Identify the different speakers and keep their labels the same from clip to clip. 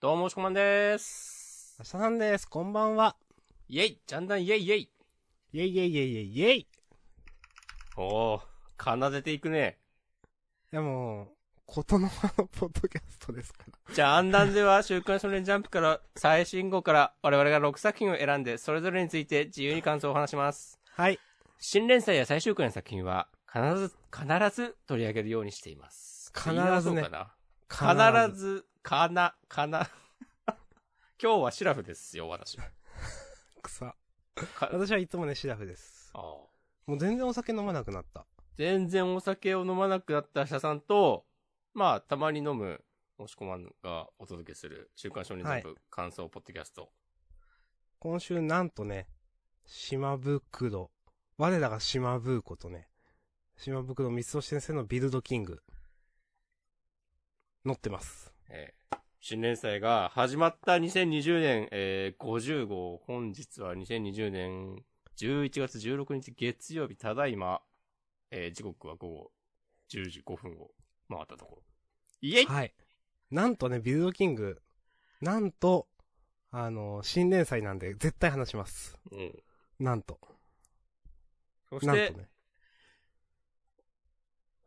Speaker 1: どうも、おしこまんでーす。
Speaker 2: 明日さんです。こんばんは。
Speaker 1: イェイジャンダンイェイイェイ
Speaker 2: イェイイェイイェイイェイイェイい
Speaker 1: おー、奏でていくね。
Speaker 2: やもう、ことの葉のポッドキャストですから。
Speaker 1: じゃあ、アンダンでは、週刊少年ジャンプから、最新号から、我々が6作品を選んで、それぞれについて自由に感想を話します。
Speaker 2: はい。
Speaker 1: 新連載や最終回の作品は、必ず、必ず取り上げるようにしています。
Speaker 2: 必ずね
Speaker 1: 言い直そうかな必。ず、かな、かな。 今日はシラフですよ、私。か
Speaker 2: 草。
Speaker 1: あ
Speaker 2: 私はいつもね、シラフです。
Speaker 1: ー
Speaker 2: もう全然お酒飲まなくなった。
Speaker 1: 全然お酒を飲まなくなった社さんと、まあ、たまに飲む、もしこまんがお届けする、週刊少年ジャンプ感想ポッドキャスト。
Speaker 2: 今週なんとね、島袋。我らが島ブーコとね、島袋三尾先生のビルドキング。乗ってます。
Speaker 1: えー新連載が始まった2020年、えー50号、本日は2020年11月16日月曜日、ただいま、えー時刻は午後10時5分を回ったところ。イエイ
Speaker 2: はい。なんとね、ビルドキング。なんと、あの、新連載なんで絶対話します。
Speaker 1: うん。
Speaker 2: なんと。
Speaker 1: そし
Speaker 2: なん
Speaker 1: て
Speaker 2: と、ね。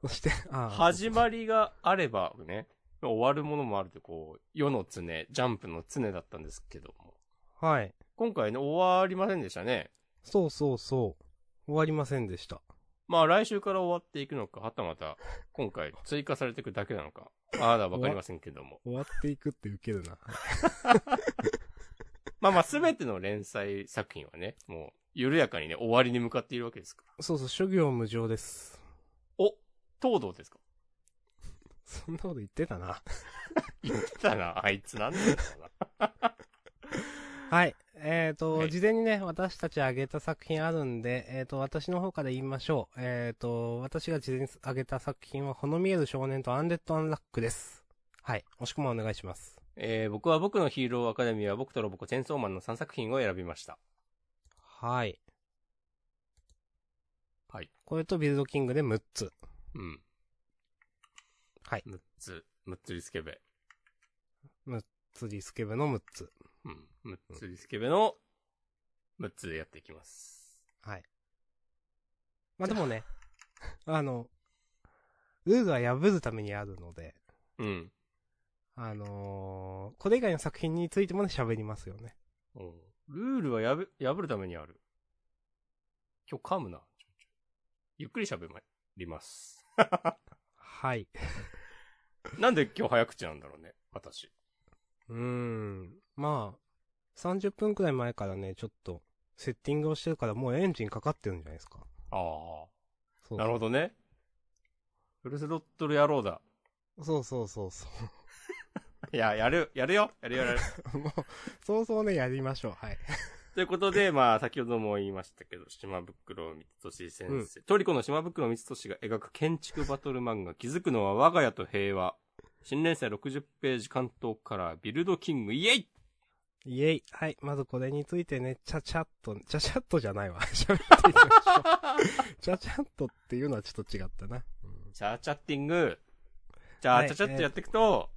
Speaker 2: そして、ああ
Speaker 1: 始まりがあればね、終わるものもあるって、こう、世の常、ジャンプの常だったんですけども。
Speaker 2: はい。
Speaker 1: 今回ね、終わりませんでしたね。
Speaker 2: そうそうそう。終わりませんでした。
Speaker 1: まあ来週から終わっていくのか、はたまた、今回追加されていくだけなのか、まだわかりませんけども。
Speaker 2: 終わっていくってウケるな。
Speaker 1: まあまあ、すべての連載作品はね、もう、緩やかにね、終わりに向かっているわけですから。
Speaker 2: そうそう、諸行無常です。
Speaker 1: お、東堂ですか
Speaker 2: そんなこと言ってたな。
Speaker 1: 言ってたな、あいつなんだよ
Speaker 2: はい。えっ、と、
Speaker 1: はい
Speaker 2: 事前にね、私たちあげた作品あるんで、えっ、と、私の方から言いましょう。えっ、と、私が事前にあげた作品は、ほの見える少年とアンデッド・アンラックです。はい。もしくもお願いします。
Speaker 1: えー、僕は僕のヒーローアカデミーは僕とロボコチェンソーマンの3作品を選びました。
Speaker 2: はい。
Speaker 1: はい。
Speaker 2: これとビルドキングで6つ。
Speaker 1: うん。
Speaker 2: はい
Speaker 1: むっつ、むっつりスケベ。
Speaker 2: 釣りスケベの6つ。
Speaker 1: うん。むっつりスケベの、むっつでやっていきます。
Speaker 2: はい。まあ、でもね、あの、ルールは破るためにあるので、
Speaker 1: うん。
Speaker 2: あのーこれ以外の作品についてもね、喋りますよね。
Speaker 1: うんルールはやぶ破るためにある。今日噛むな。ちょいちょいゆっくり喋ります。
Speaker 2: はい。
Speaker 1: なんで今日早口なんだろうね、私。
Speaker 2: うーん。まあ、30分くらい前からね、ちょっと、セッティングをしてるから、もうエンジンかかってるんじゃないですか。
Speaker 1: あ
Speaker 2: そ
Speaker 1: あ。
Speaker 2: う
Speaker 1: なるほどね。フルスロットル野郎だ。
Speaker 2: そうそうそうそ
Speaker 1: いや、やる、やるよ。やるよ、やる。
Speaker 2: う。 もう、そうそうね、やりましょう。はい。
Speaker 1: ということで、まあ、先ほども言いましたけど、島袋光俊先生、
Speaker 2: うん
Speaker 1: トリコの島袋光俊が描く建築バトル漫画、気づくのは我が家と平和。新連載60ページ関東からビルドキング、イエイ
Speaker 2: イェイ。はい。まずこれについてね、ちゃちゃっと、ちゃちゃっとじゃないわ。 喋っていきましょう。ちゃちゃっとっていうのはちょっと違ったな。
Speaker 1: チャーチャッティング。じゃあ、
Speaker 2: はい
Speaker 1: チャチャッとやっていくと、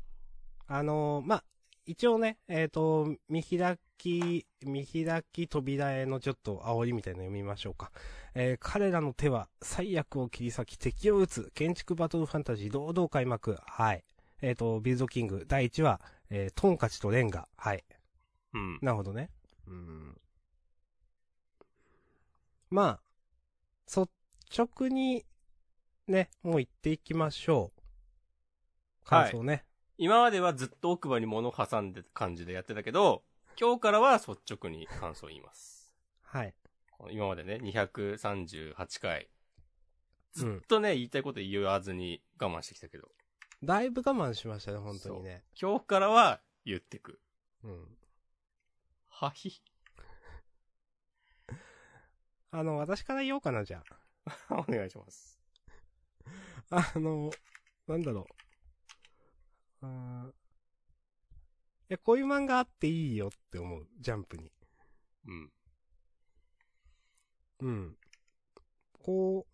Speaker 2: あのーまあ、一応ね、えっ、と、見開き、見開き扉へのちょっと煽りみたいなの読みましょうか。えー彼らの手は、最悪を切り裂き敵を撃つ、建築バトルファンタジー堂々開幕。はい。えっ、と、ビルドキング、第1話、えートンカチとレンガ。はい。
Speaker 1: うん。
Speaker 2: なるほどね。うん。まあ、率直に、ね、もう言っていきましょう。
Speaker 1: は
Speaker 2: 感
Speaker 1: い
Speaker 2: 想ね。
Speaker 1: 今まではずっと奥歯に物を挟んで感じでやってたけど、今日からは率直に感想を言います。
Speaker 2: はい。
Speaker 1: この今までね、238回。
Speaker 2: う
Speaker 1: ず
Speaker 2: ん
Speaker 1: っ。とね、言いたいこと言わずに我慢してきたけど、
Speaker 2: だいぶ我慢しましたね、本当にね。
Speaker 1: 今日からは言ってく。
Speaker 2: うん。
Speaker 1: はひ。
Speaker 2: あの、私から言おうかな、じゃ
Speaker 1: お願いします。
Speaker 2: あ。 あの、なんだろう。うーん。いや、こういう漫画あっていいよって思う、ジャンプに。
Speaker 1: うん。
Speaker 2: うん。こ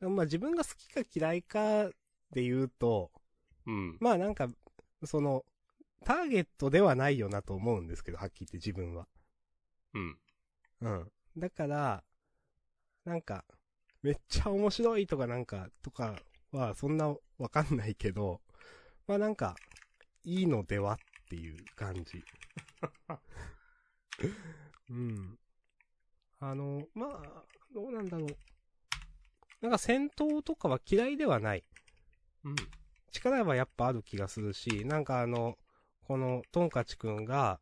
Speaker 2: う、まあ自分が好きか嫌いかで言うと、
Speaker 1: うん。
Speaker 2: まあなんか、その、ターゲットではないよなと思うんですけど、はっきり言って自分は。
Speaker 1: うん。
Speaker 2: うん。だから、なんか、めっちゃ面白いとかなんか、とかはそんなわかんないけど、まあなんか、いいのではっていう感 じ。うん。あの、まあ、どうなんだろう。なんか戦闘とかは嫌いではない。
Speaker 1: うん。
Speaker 2: 力はやっぱある気がするし、なんかあの、このトンカチくんが、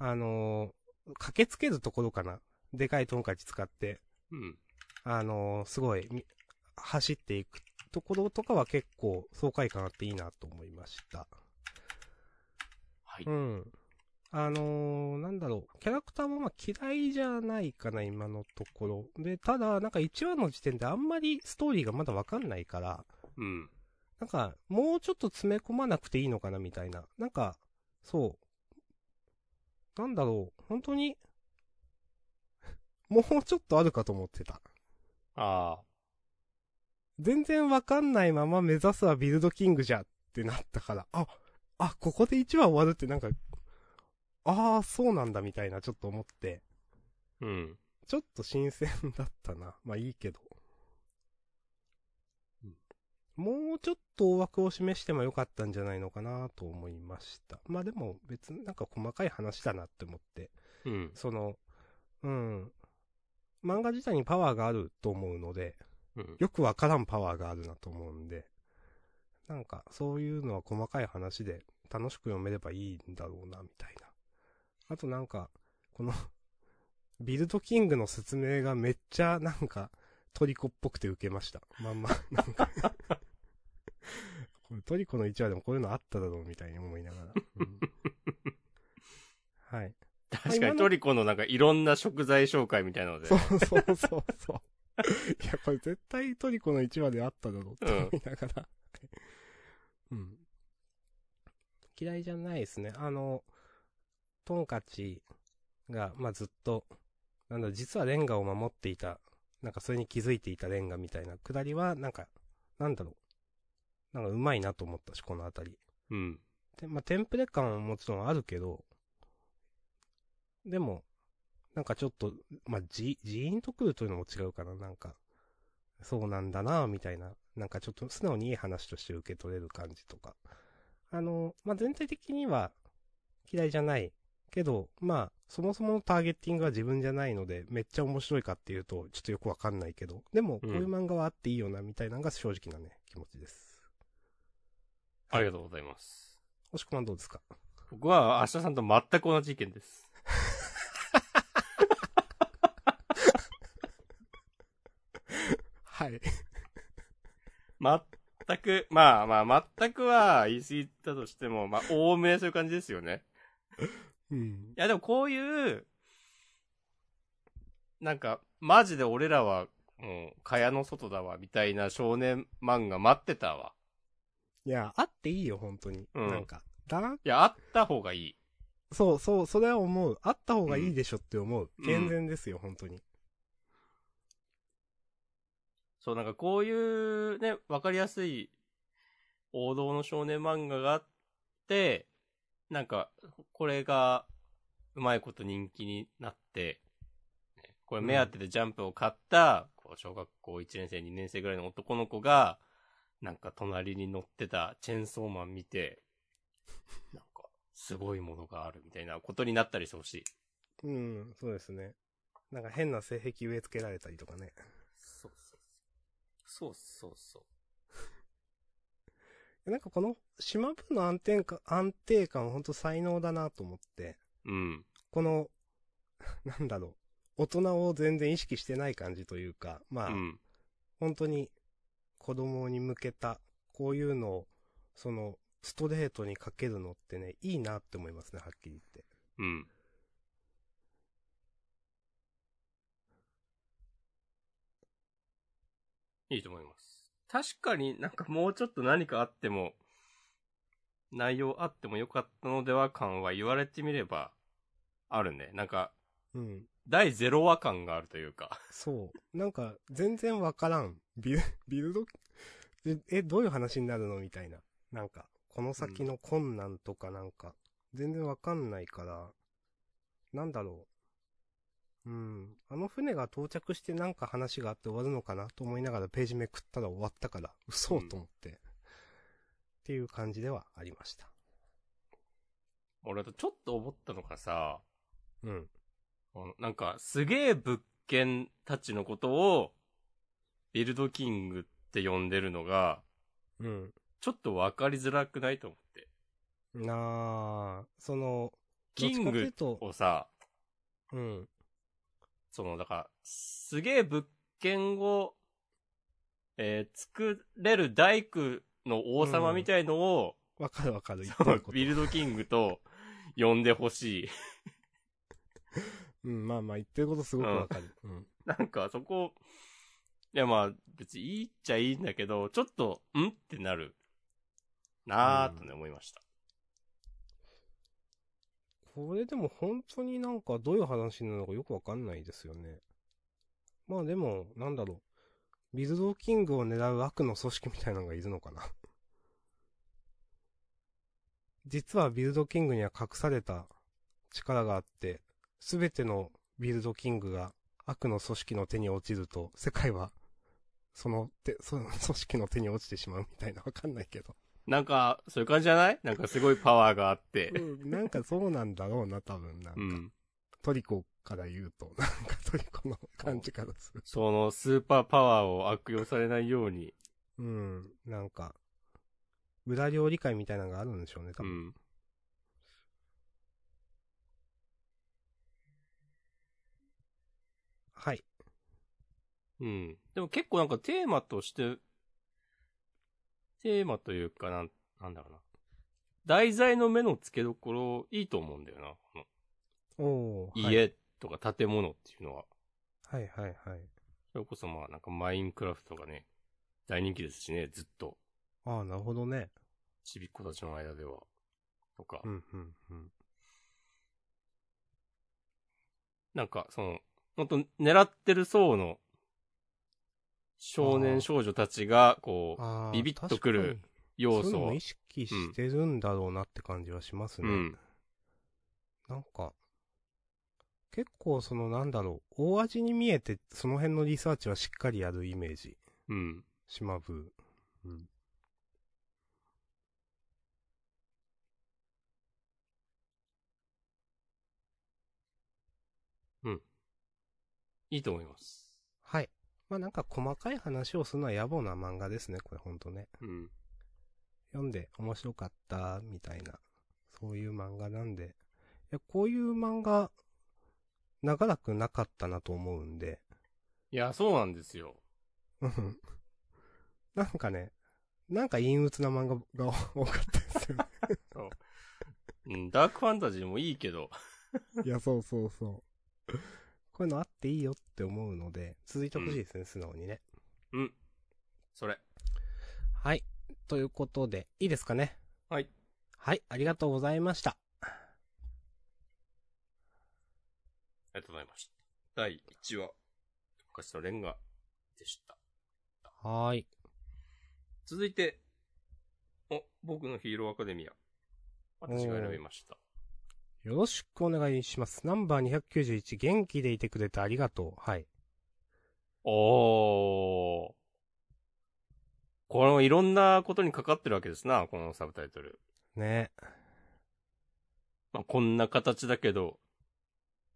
Speaker 2: あのー駆けつけるところかな。でかいトンカチ使って、
Speaker 1: うん。
Speaker 2: あのーすごい、み走っていくところとかは結構爽快感あっていいなと思いました。
Speaker 1: はい。
Speaker 2: うん。あのーなんだろう。キャラクターもまあ嫌いじゃないかな、今のところ。で、ただ、なんか1話の時点であんまりストーリーがまだわかんないから、
Speaker 1: うん。
Speaker 2: なんか、もうちょっと詰め込まなくていいのかなみたいな。なんか、そう。なんだろう。本当に、 もうちょっとあるかと思ってた。
Speaker 1: ああ。
Speaker 2: 全然わかんないまま目指すはビルドキングじゃってなったから、あ、あ、ここで1話終わるってなんか、ああ、そうなんだみたいなちょっと思って、
Speaker 1: うん。
Speaker 2: ちょっと新鮮だったな。 まあいいけど
Speaker 1: うん。
Speaker 2: もうちょっと大枠を示してもよかったんじゃないのかなと思いました。まあでも別になんか細かい話だなって思って、
Speaker 1: うん。
Speaker 2: その、うん。漫画自体にパワーがあると思うので、
Speaker 1: うん。
Speaker 2: よくわからんパワーがあるなと思うんで、なんかそういうのは細かい話で楽しく読めればいいんだろうな、みたいな。あとなんか、この、 ビルドキングの説明がめっちゃなんかトリコっぽくて受けました。まんま、 なんか。これトリコの1話でもこういうのあっただろうみたいに思いながら。 うんはい。
Speaker 1: 確かにトリコのなんかいろんな食材紹介みたいなので
Speaker 2: そ。うそうそうそう。いや、これ絶対トリコの1話であっただろうと思いながら。うん。嫌いじゃないですね。あの、トンカチが、まあ、ずっと、なんだ、実はレンガを守っていた、なんかそれに気づいていたレンガみたいなくだりは、なんか、なんだろう。なんかうまいなと思ったし、このあたり。
Speaker 1: うん。
Speaker 2: てまあ、テンプレ感はもちろんあるけど、でも、なんかちょっと、まあ、じ、ジーンとくるというのも違うかな、なんか、そうなんだな、みたいな、なんかちょっと素直にいい話として受け取れる感じとか。あの、まあ、全体的には嫌いじゃない。けど、まあ、そもそものターゲッティングは自分じゃないので、めっちゃ面白いかっていうと、ちょっとよくわかんないけど、でも、こういう漫画はあっていいよな、みたいなのが正直なね、気持ちです。
Speaker 1: ありがとうございます。
Speaker 2: 押し込まんどうですか
Speaker 1: 僕は、明日さんと全く同じ意見です。
Speaker 2: はい。
Speaker 1: 全く、まあまあ、全くは言い過ぎたとしても、まあ、多めそういう感じですよね。
Speaker 2: うん。
Speaker 1: いや、でもこういう、なんか、マジで俺らは、もう、蚊帳の外だわ、みたいな少年漫画待ってたわ。
Speaker 2: いや、あっていいよ、本当に。
Speaker 1: うん
Speaker 2: なんか。だない
Speaker 1: や、あった方がいい。
Speaker 2: そうそう、それは思う。あった方がいいでしょって思う。
Speaker 1: うん
Speaker 2: 健全ですよ、本当に。
Speaker 1: そう、なんかこういうね、わかりやすい王道の少年漫画があって、なんか、これが、うまいこと人気になって、ねこれ目当てでジャンプを買った、こう小学校1年生、2年生ぐらいの男の子が、なんか隣に乗ってたチェーンソーマン見て、なんか、すごいものがあるみたいなことになったりしてほしい。
Speaker 2: うん、そうですね。なんか変な性癖植え付けられたりとかね。
Speaker 1: そうそうそう。そうそうそう。
Speaker 2: なんかこの島部の安定感、安定感は本当才能だなと思って。
Speaker 1: うん。
Speaker 2: この、 なんだろう。大人を全然意識してない感じというか、まあ、
Speaker 1: うん。
Speaker 2: 本当に子供に向けた、こういうのを、その、ストレートにかけるのってね、いいなって思いますね、はっきり言って。
Speaker 1: うん。いいと思います。確かになんかもうちょっと何かあっても、内容あってもよかったのでは感は言われてみれば、あるね。なんか、
Speaker 2: うん。
Speaker 1: 第0話感があるというか。
Speaker 2: そう。なんか、全然わからん。ビル、ビルド、え、えどういう話になるのみたいな。なんか、ここの先の困難とかなんか、全然わかんないから、なんだろう。うん。あの船が到着してなんか話があって終わるのかなと思いながらページめくったら終わったから、嘘
Speaker 1: うん
Speaker 2: と思って、っていう感じではありました。
Speaker 1: 俺、ちょっと思ったのがさ、
Speaker 2: うん。
Speaker 1: あのなんか、すげえ物件たちのことを、ビルドキングって呼んでるのが、
Speaker 2: うん。
Speaker 1: ちょっとわかりづらくないと思って。
Speaker 2: なあ、その、
Speaker 1: キン
Speaker 2: ど
Speaker 1: グ
Speaker 2: っちかっていうと、
Speaker 1: をさ、
Speaker 2: うん。
Speaker 1: その、だから、すげえ物件を、えー作れる大工の王様みたいのを、
Speaker 2: わかるわかる。言ってること
Speaker 1: ビルドキングと呼んでほしい。
Speaker 2: うん、まあまあ言ってることすごくわかる。うん。
Speaker 1: なんか、そこ、いやまあ、別にいいっちゃいいんだけど、ちょっと、んってなる、なーとね、思いました。
Speaker 2: これでも本当になんかどういう話なのかよくわかんないですよね。まあでも、なんだろう。ビルドキングを狙う悪の組織みたいなのがいるのかな。実はビルドキングには隠された力があって、すべてのビルドキングが悪の組織の手に落ちると、世界は、その手、その組織の手に落ちてしまうみたいなわかんないけど。
Speaker 1: なんか、そういう感じじゃないなんかすごいパワーがあって。
Speaker 2: うんなんかそうなんだろうな、多分なんか。
Speaker 1: うん。
Speaker 2: トリコから言うと、 なんかトリコの感じからする。
Speaker 1: その、スーパーパワーを悪用されないように。
Speaker 2: うん。なんか、裏料理会みたいなのがあるんでしょうね、多
Speaker 1: う
Speaker 2: 分。
Speaker 1: ん。
Speaker 2: はい。
Speaker 1: うん。でも結構なんかテーマとして、テーマというかなん、なんだろうな。題材の目の付けどころ、いいと思うんだよな。この
Speaker 2: おー。はい
Speaker 1: 家とか建物っていうのは。
Speaker 2: はいはいはい。
Speaker 1: それこそまあなんかマインクラフトがね、大人気ですしね、ずっと。
Speaker 2: ああ、なるほどね。
Speaker 1: ちびっ子たちの間では。とか。
Speaker 2: うんうんうん。
Speaker 1: なんか、その、本当狙ってる層の少
Speaker 2: あ
Speaker 1: 年
Speaker 2: ー
Speaker 1: 少女たちが、こう、
Speaker 2: ああ。
Speaker 1: ビビッとくる
Speaker 2: 確
Speaker 1: 要
Speaker 2: か
Speaker 1: 素
Speaker 2: に。そういうの
Speaker 1: を
Speaker 2: も意。識してるんだろうなって感じはします
Speaker 1: う
Speaker 2: ね。
Speaker 1: ん。
Speaker 2: なんか、結構そのなんだろう、大味に見えて、その辺のリサーチはしっかりやるイメージ。
Speaker 1: うん。
Speaker 2: 島風。うん。
Speaker 1: いいと思います。
Speaker 2: はい。まあなんか細かい話をするのは野暮な漫画ですね、これほんとね。
Speaker 1: うん。
Speaker 2: 読んで面白かった、みたいな。そういう漫画なんで。いや、こういう漫画、長らくなかったなと思うんで。
Speaker 1: いや、そうなんですよ。
Speaker 2: うん なんかね、なんか陰鬱な漫画が多かったですよね。
Speaker 1: うん、ダークファンタジーもいいけど。
Speaker 2: いや、そうそうそう。こういうのあっていいよって思うので、続いてほしいですね、素直にね。
Speaker 1: うん。それ。
Speaker 2: はい。ということで、いいですかね。
Speaker 1: はい。
Speaker 2: はい、ありがとうございました。
Speaker 1: ありがとうございました。第1話、昔のレンガでした。
Speaker 2: はーい。
Speaker 1: 続いて、お、僕のヒーローアカデミア。私が選びました。
Speaker 2: よろしくお願いします。ナンバー291、元気でいてくれてありがとう。はい。
Speaker 1: おー。これもいろんなことにかかってるわけですな、このサブタイトル。
Speaker 2: ね
Speaker 1: まあ、こんな形だけど、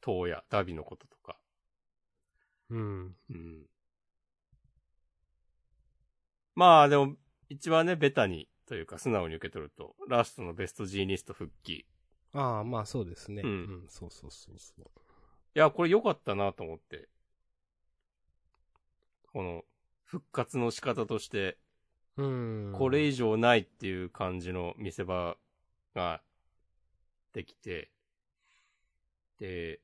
Speaker 1: 塔やダビのこととか。
Speaker 2: うん。
Speaker 1: うん。まあ、でも、一番ね、ベタに、というか素直に受け取ると、ラストのベストジーニスト復帰。い
Speaker 2: ああ、まあそうですね。
Speaker 1: うん
Speaker 2: んそうそうそうそう。
Speaker 1: や、これ良かったなと思って。この、復活の仕方として、
Speaker 2: うーん。
Speaker 1: これ以上ないっていう感じの見せ場ができて、で、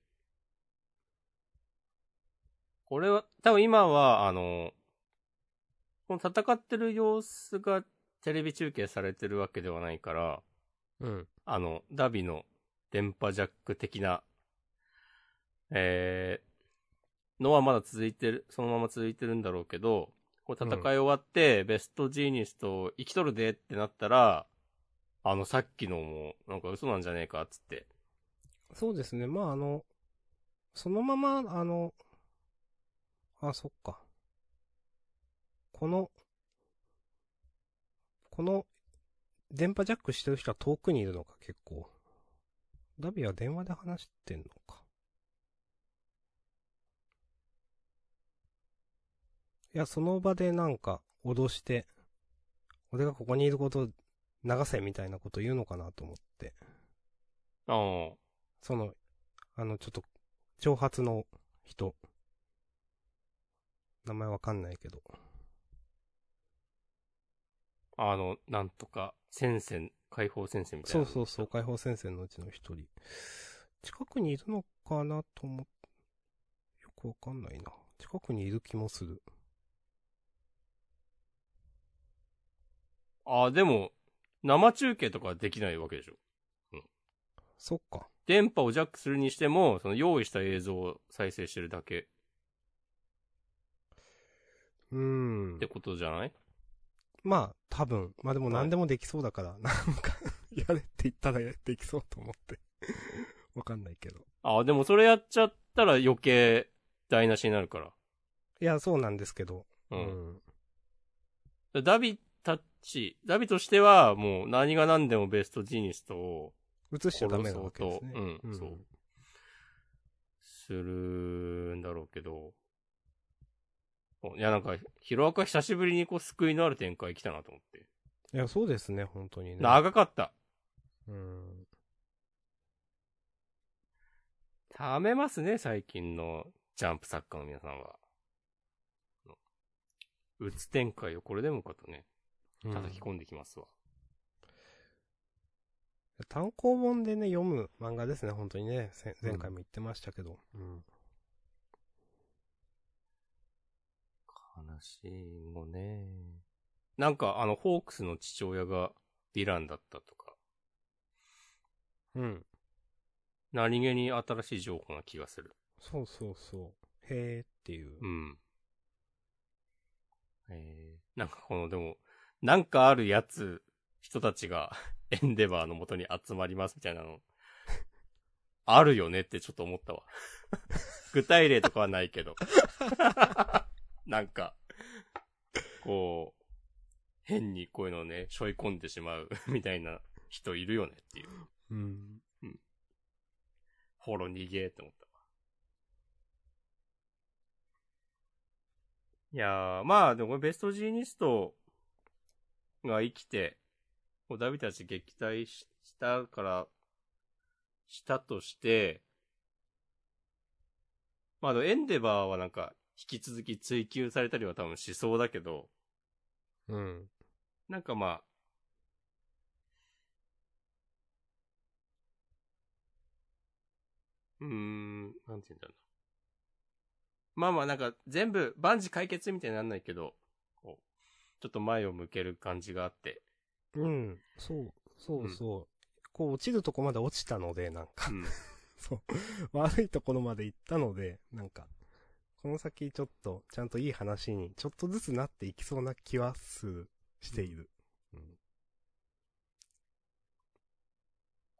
Speaker 1: これは、多分今は、あの、この戦ってる様子がテレビ中継されてるわけではないから、
Speaker 2: うん。
Speaker 1: あの、ダビの電波ジャック的な、えー、のはまだ続いてる、そのまま続いてるんだろうけど、こう戦い終わって、ベストジーニストを生きとるでってなったら、あの、さっきのも、なんか嘘なんじゃねえか、つって。
Speaker 2: そうですね。まあ、あの、そのまま、あの、あ、そっか。この、この、電波ジャックしてる人は遠くにいるのか、結構。ダビは電話で話してんのか。いや、その場でなんか、脅して、俺がここにいることを流せみたいなこと言うのかなと思って。
Speaker 1: ああ。
Speaker 2: その、あの、ちょっと、挑発の人。名前わかんないけど。
Speaker 1: あの、なんとか、戦線、解放戦線みたいな
Speaker 2: そ
Speaker 1: の。
Speaker 2: うそうそう、解放戦線のうちの一人。近くにいるのかなと思っ、よくわかんないな。近くにいる気もする。
Speaker 1: ああ、でも、生中継とかはできないわけでしょ。
Speaker 2: そっか。
Speaker 1: 電波をジャックするにしても、その用意した映像を再生してるだけ
Speaker 2: うーん
Speaker 1: って。ことじゃない、
Speaker 2: まあ、多分。まあでも
Speaker 1: はい
Speaker 2: 何でもできそうだから、 なんか、やれって言ったらやっていきそうと思って。わかんないけど。
Speaker 1: ああ、でもそれやっちゃったら余計台無しになるから。
Speaker 2: いや、そうなんですけど。
Speaker 1: うん。
Speaker 2: うん
Speaker 1: ダビたち、ダビとしてはもう何が何でもベストジーニストを
Speaker 2: 映しちゃ
Speaker 1: 殺
Speaker 2: ダメな
Speaker 1: そ
Speaker 2: わ
Speaker 1: う
Speaker 2: けで
Speaker 1: と
Speaker 2: す、ね。
Speaker 1: うん、そう。するんだろうけど。いや、なんか、ヒロアカ久しぶりにこう救いのある展開来たなと思って。
Speaker 2: いや、そうですね、本当にね。
Speaker 1: 長かった。
Speaker 2: うん。
Speaker 1: ためますね、最近のジャンプ作家の皆さんは。うつ展開をこれでもかとね、
Speaker 2: うん
Speaker 1: 叩き込んできますわ。
Speaker 2: 単行本でね、読む漫画ですね、本当にね。せ前回も言ってましたけど。うん。
Speaker 1: 悲しいもね。なんか、あの、ホークスの父親がヴィランだったとか、
Speaker 2: うん。
Speaker 1: 何気に新しい情報な気がする。
Speaker 2: そうそうそう。へーっていう。
Speaker 1: うん。えー、なんかこの、でも、なんかあるやつ、人たちが エンデバーの元に集まりますみたいなの、あるよねってちょっと思ったわ。 具体例とかはないけど。 なんか、こう、変にこういうのをね、背負い込んでしまうみたいな人いるよねっていう。
Speaker 2: うん。
Speaker 1: ほろ逃げーって思ったわ。いやー、まあでもこれベストジーニストが生きて、こうダビたち撃退ししたから、したとして、まあでもエンデバーはなんか引き続き追求されたりは多分しそうだけど、
Speaker 2: うん。
Speaker 1: なんかまあ、うーん、なんて言うんだろうな。まあまあなんか全部万事解決みたいになんないけど、こうちょっと前を向ける感じがあって、
Speaker 2: うん。そう、そうそう。こう、落ちるとこまで落ちたので、なんか
Speaker 1: う。ん。
Speaker 2: そう。悪いところまで行ったので、なんか、この先ちょっと、ちゃんといい話に、ちょっとずつなっていきそうな気はする、している。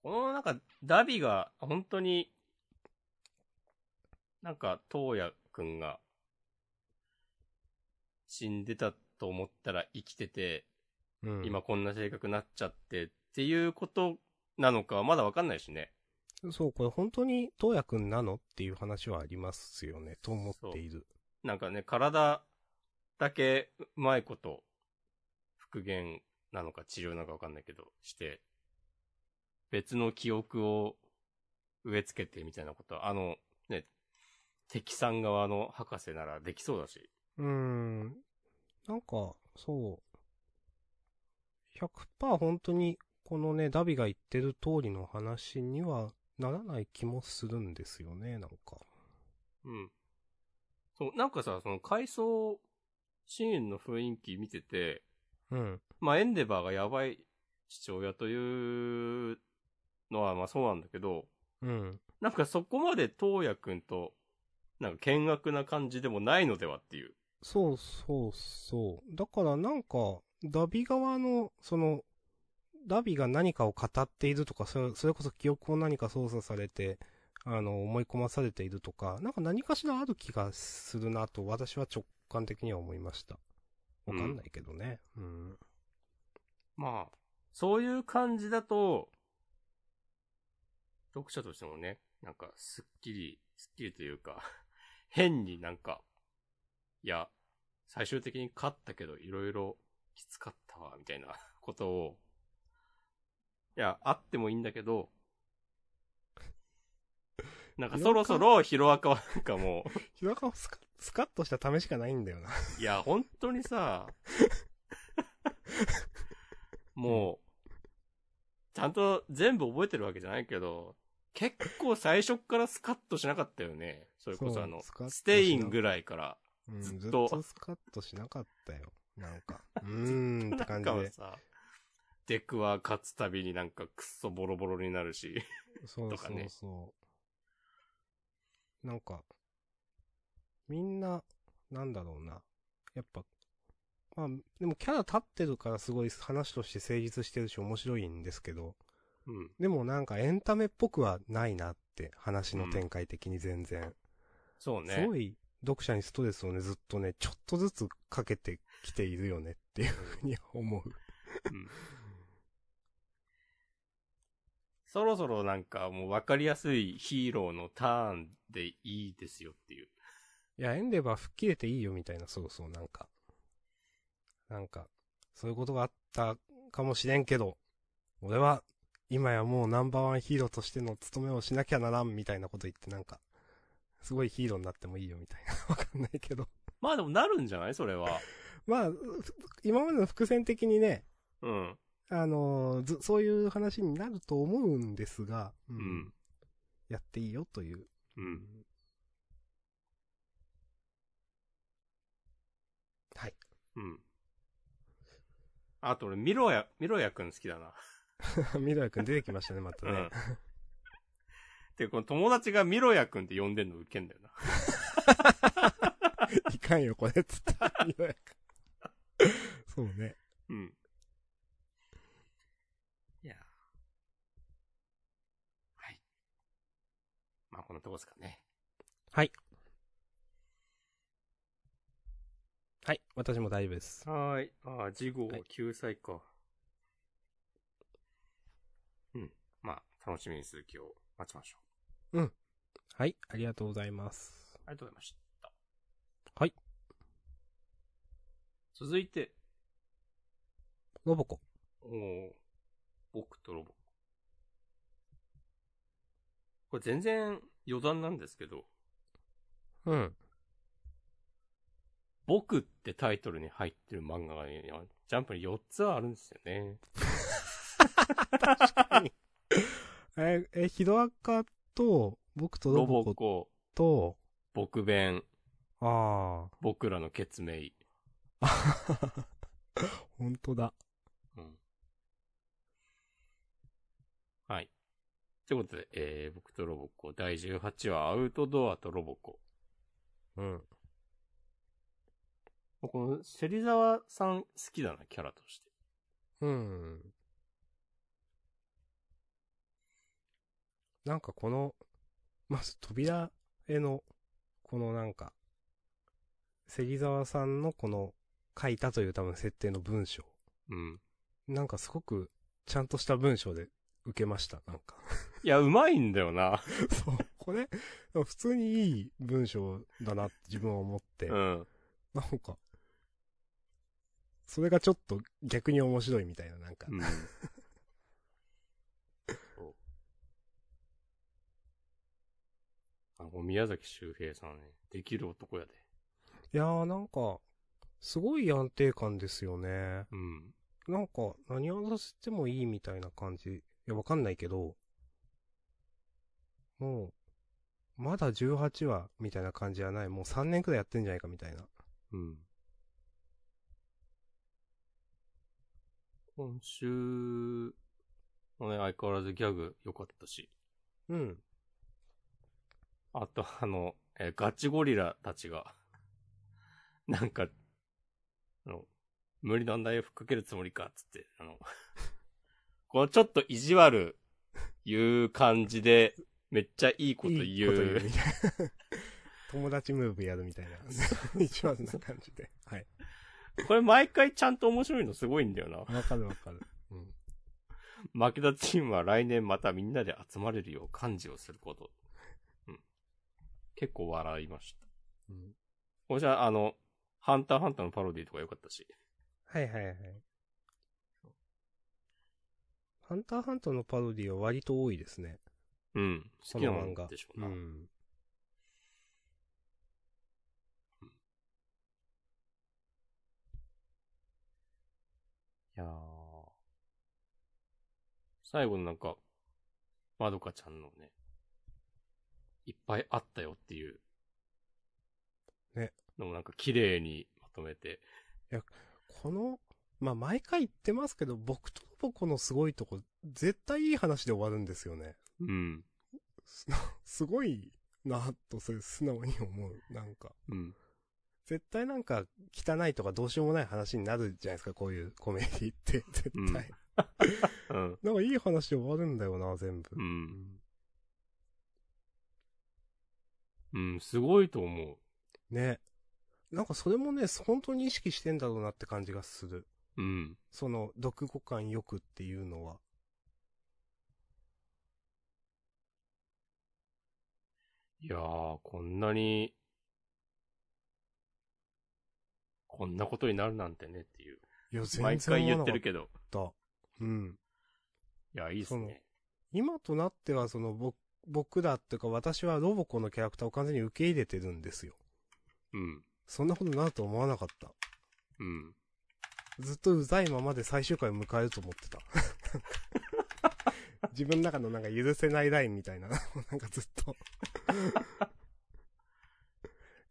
Speaker 1: このなんかダビが本当に、なんか、トーヤくんが、死んでたと思ったら生きてて、
Speaker 2: うん
Speaker 1: 今こんな性格になっちゃってっていうことなのかはまだわかんないしね。
Speaker 2: そう、これ本当に、東也くんなのっていう話はありますよね、と思っている。
Speaker 1: なんかね、体だけうまいこと復元なのか治療なのかわかんないけどして、別の記憶を植え付けてみたいなことは、あのね、敵さん側の博士ならできそうだし。
Speaker 2: うーん。なんか、そう。100%本当に、このね、ダビが言ってる通りの話にはならない気もするんですよね、なんか。
Speaker 1: うん。そう、なんかさ、その回想シーンの雰囲気見てて、
Speaker 2: うん。
Speaker 1: まあ、エンデバーがやばい父親というのは、まあそうなんだけど、
Speaker 2: うん。
Speaker 1: なんかそこまで東也くんと、なんか険悪な感じでもないのではっていう。
Speaker 2: そうそうそう。だからなんか、ダビ側の、その、ラビが何かを語っているとか、それそれこそ記憶を何か操作されて、あの、思い込まされているとか、なんか何かしらある気がするなと、私は直感的には思いました。わかんないけどね。うん。
Speaker 1: まあ、そういう感じだと、読者としてもね、なんか、すっきり、すっきりというか、 変になんか、いや、最終的に勝ったけど、いろいろきつかったわ、みたいな ことを、いや、あってもいいんだけど、なんかそろそろヒロアカはなんかもう、
Speaker 2: ひろあかもスカスカッとしたためしかないんだよな。
Speaker 1: いや、本当にさ、 もう、ちゃんと全部覚えてるわけじゃないけど、結構最初っからスカッとしなかったよね。それこ
Speaker 2: そう
Speaker 1: そあの
Speaker 2: スカッ、としな
Speaker 1: ステインぐらいから。
Speaker 2: うん、
Speaker 1: ず
Speaker 2: ず
Speaker 1: っ
Speaker 2: っ
Speaker 1: と
Speaker 2: とスカッとしなかったよ。なんか。うーんって
Speaker 1: なん
Speaker 2: 感じ
Speaker 1: かは
Speaker 2: で。
Speaker 1: さ、デクは勝つたびになんかクッソボロボロになるし。
Speaker 2: そう
Speaker 1: と
Speaker 2: そ
Speaker 1: か
Speaker 2: う
Speaker 1: ね
Speaker 2: そう。なんか、みんな、なんだろうな。やっぱ、まあ、でもキャラ立ってるからすごい話として成立してるし面白いんですけど、
Speaker 1: うん。
Speaker 2: でもなんかエンタメっぽくはないなって、話の展開的に全然。
Speaker 1: そうね。
Speaker 2: すごい読者にストレスをね、ずっとね、ちょっとずつかけてきているよねっていうふうに思う。
Speaker 1: うんそろそろなんかもう分かりやすいヒーローのターンでいいですよっていう。
Speaker 2: いや、エンデバー吹っ切れていいよみたいな、そうそう、なんか。なんか、そういうことがあったかもしれんけど、俺は、今やもうナンバーワンヒーローとしての務めをしなきゃならんみたいなこと言って、なんか、すごいヒーローになってもいいよみたいな、 わかんないけど。
Speaker 1: まあでもなるんじゃないそれは。
Speaker 2: まあ、今までの伏線的にね、
Speaker 1: うん。
Speaker 2: あのーず、そういう話になると思うんですが、う
Speaker 1: うん。
Speaker 2: やっていいよという。
Speaker 1: うん。
Speaker 2: はい。
Speaker 1: うん。あと俺、ミロヤ、ミロヤくん好きだな。
Speaker 2: ミロヤ君出てきましたね、また
Speaker 1: う
Speaker 2: ね
Speaker 1: ん。。で、この友達がミロヤくんって呼んでんのウケんだよな。
Speaker 2: いかんよ、これ、つった。 ミロヤ君。そうね。
Speaker 1: うん。いや。はい。まあ、このとこですかね。
Speaker 2: はい。はい、私も大丈夫です。
Speaker 1: はーい。ああ、事後
Speaker 2: はい
Speaker 1: 救済か。うん。まあ、楽しみに続きを待ちましょう。
Speaker 2: はい、ありがとうございます。
Speaker 1: ありがとうございました。
Speaker 2: はい。
Speaker 1: 続いて、
Speaker 2: ロボコ。
Speaker 1: おー僕とロボ。これ全然余談なんですけど、
Speaker 2: うん。
Speaker 1: 僕ってタイトルに入ってる漫画がね、ジャンプに4つあるんですよね。
Speaker 2: え、え、ヒロアカと、僕とロ
Speaker 1: ロ
Speaker 2: ボ
Speaker 1: ボ
Speaker 2: コ
Speaker 1: コ、
Speaker 2: と、
Speaker 1: 僕弁、
Speaker 2: あ
Speaker 1: 僕らの決命。
Speaker 2: あ。本当だ。
Speaker 1: うん。はい。ということで、えー、僕とロボコ、第18話、アウトドアとロボコ。
Speaker 2: うん。
Speaker 1: この、芹沢さん好きだな、キャラとして。
Speaker 2: うん。なんかこの、まず扉への、このなんか、芹沢さんのこの書いたという多分設定の文章。
Speaker 1: うん。
Speaker 2: なんかすごくちゃんとした文章で受けました、なん か。
Speaker 1: いや、うまいんだよ な。
Speaker 2: そう、これ、普通にいい文章だなって自分は思って、
Speaker 1: うん。
Speaker 2: なんか、それがちょっと逆に面白いみたいな、なんか。
Speaker 1: うん。あの、宮崎周平さんね、できる男やで。
Speaker 2: いやーなんか、すごい安定感ですよね。
Speaker 1: うん。
Speaker 2: なんか、何をさせてもいいみたいな感じ。いや、わかんないけど、もう、まだ18話みたいな感じじゃない。もう3年くらいやってんじゃないかみたいな。
Speaker 1: うん。今週のね、相変わらずギャグ良かったし。
Speaker 2: うん。
Speaker 1: あと、あの、えーガチゴリラたちが、 なんか、あの、無理難題を吹っかけるつもりか、つって、あの、 このちょっと意地悪、言う感じで、めっちゃいいこと言う。
Speaker 2: いいこと言うみたいな。友達ムーブやるみた いな。一番な感じで。はい。
Speaker 1: これ毎回ちゃんと面白いのすごいんだよ
Speaker 2: わかるわかる。うん。
Speaker 1: な。負けたチームは来年またみんなで集まれるよう幹事をすること。うん。結構笑いました。
Speaker 2: うん
Speaker 1: こちら、あの、ハンターハンターのパロディとか良かったし。
Speaker 2: はいはいはい。ハンターハンターのパロディは割と多いですね。
Speaker 1: うん。好
Speaker 2: こ
Speaker 1: きな
Speaker 2: の漫
Speaker 1: 漫
Speaker 2: 画。
Speaker 1: 画でしょうな。
Speaker 2: ん。
Speaker 1: いやー最後のなんか、まどかちゃんのね、いっぱいあったよっていう。
Speaker 2: ね。
Speaker 1: のもなんか綺麗にまとめて。
Speaker 2: この、まあ、毎回言ってますけど、僕とロボコのすごいとこ、絶対いい話で終わるんですよね。
Speaker 1: うん。
Speaker 2: す すごいなぁと、それ素直に思う。なんか。
Speaker 1: うん。
Speaker 2: 絶対なんか、汚いとかどうしようもない話になるじゃないですか、こういうコメディって。絶
Speaker 1: う
Speaker 2: 対。
Speaker 1: んうん。
Speaker 2: なんかいい話で終わるんだよな、全部。
Speaker 1: うん。うん、すごいと思う。
Speaker 2: ね。なんかそれもね、本当に意識してんだろうなって感じがする。
Speaker 1: うん。
Speaker 2: その、読語感よくっていうのは。
Speaker 1: いやー、こんなに、こんなことになるなんてねっていう。
Speaker 2: いや、全然
Speaker 1: 毎回言ってる
Speaker 2: ど。
Speaker 1: けど。
Speaker 2: うん。
Speaker 1: いや、いいっすね。
Speaker 2: 今となってはその僕僕らっていうか私はロボコのキャラクターを完全に受け入れてるんですよ。
Speaker 1: うん。
Speaker 2: そんなことになると思わなかった。
Speaker 1: うん。
Speaker 2: ずっとうざいままで最終回を迎えると 思ってた。自分の中のなんか許せないラインみたいな。 なんかずっと。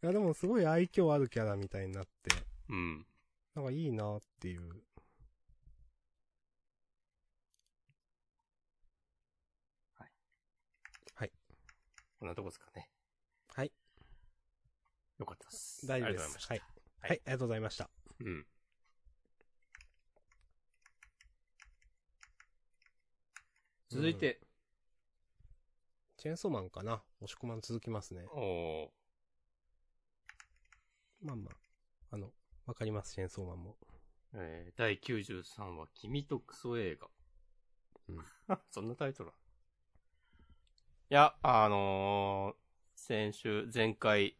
Speaker 2: いやでもすごい愛嬌あるキャラみたいになって、
Speaker 1: うん。
Speaker 2: なんかいいなっていう。
Speaker 1: こんなとこですかね。
Speaker 2: はい。
Speaker 1: よかったです。
Speaker 2: 大丈
Speaker 1: あ
Speaker 2: 夫で。
Speaker 1: りがとうございますした。
Speaker 2: はい。は
Speaker 1: はい
Speaker 2: い、ありがとうございました。
Speaker 1: うん。続いて、
Speaker 2: チェーンソーマンかな押し込まん続きますね。
Speaker 1: おー
Speaker 2: まあまあ、あの、わかります、チェーンソーマンも。
Speaker 1: えー第93話、君とクソ映画。 そんなタイトルないや、あのー先週、前回、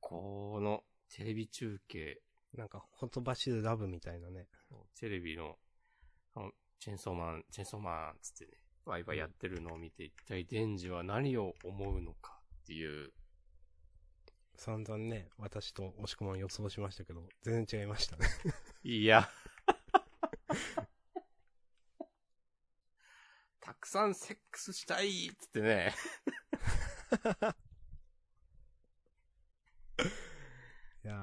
Speaker 1: この、テレビ中継、
Speaker 2: なんか、ほとばしるラブみたいなね。
Speaker 1: テレビの、あの、チェンソーマン、チェンソーマン、つってね、バイバイやってるのを見て、一体デンジは何を思うのかっていう、
Speaker 2: 散々ね、私と押し込まん予想しましたけど、全然違いましたね。
Speaker 1: いや。 たくさんセックスしたいっつってね。
Speaker 2: いや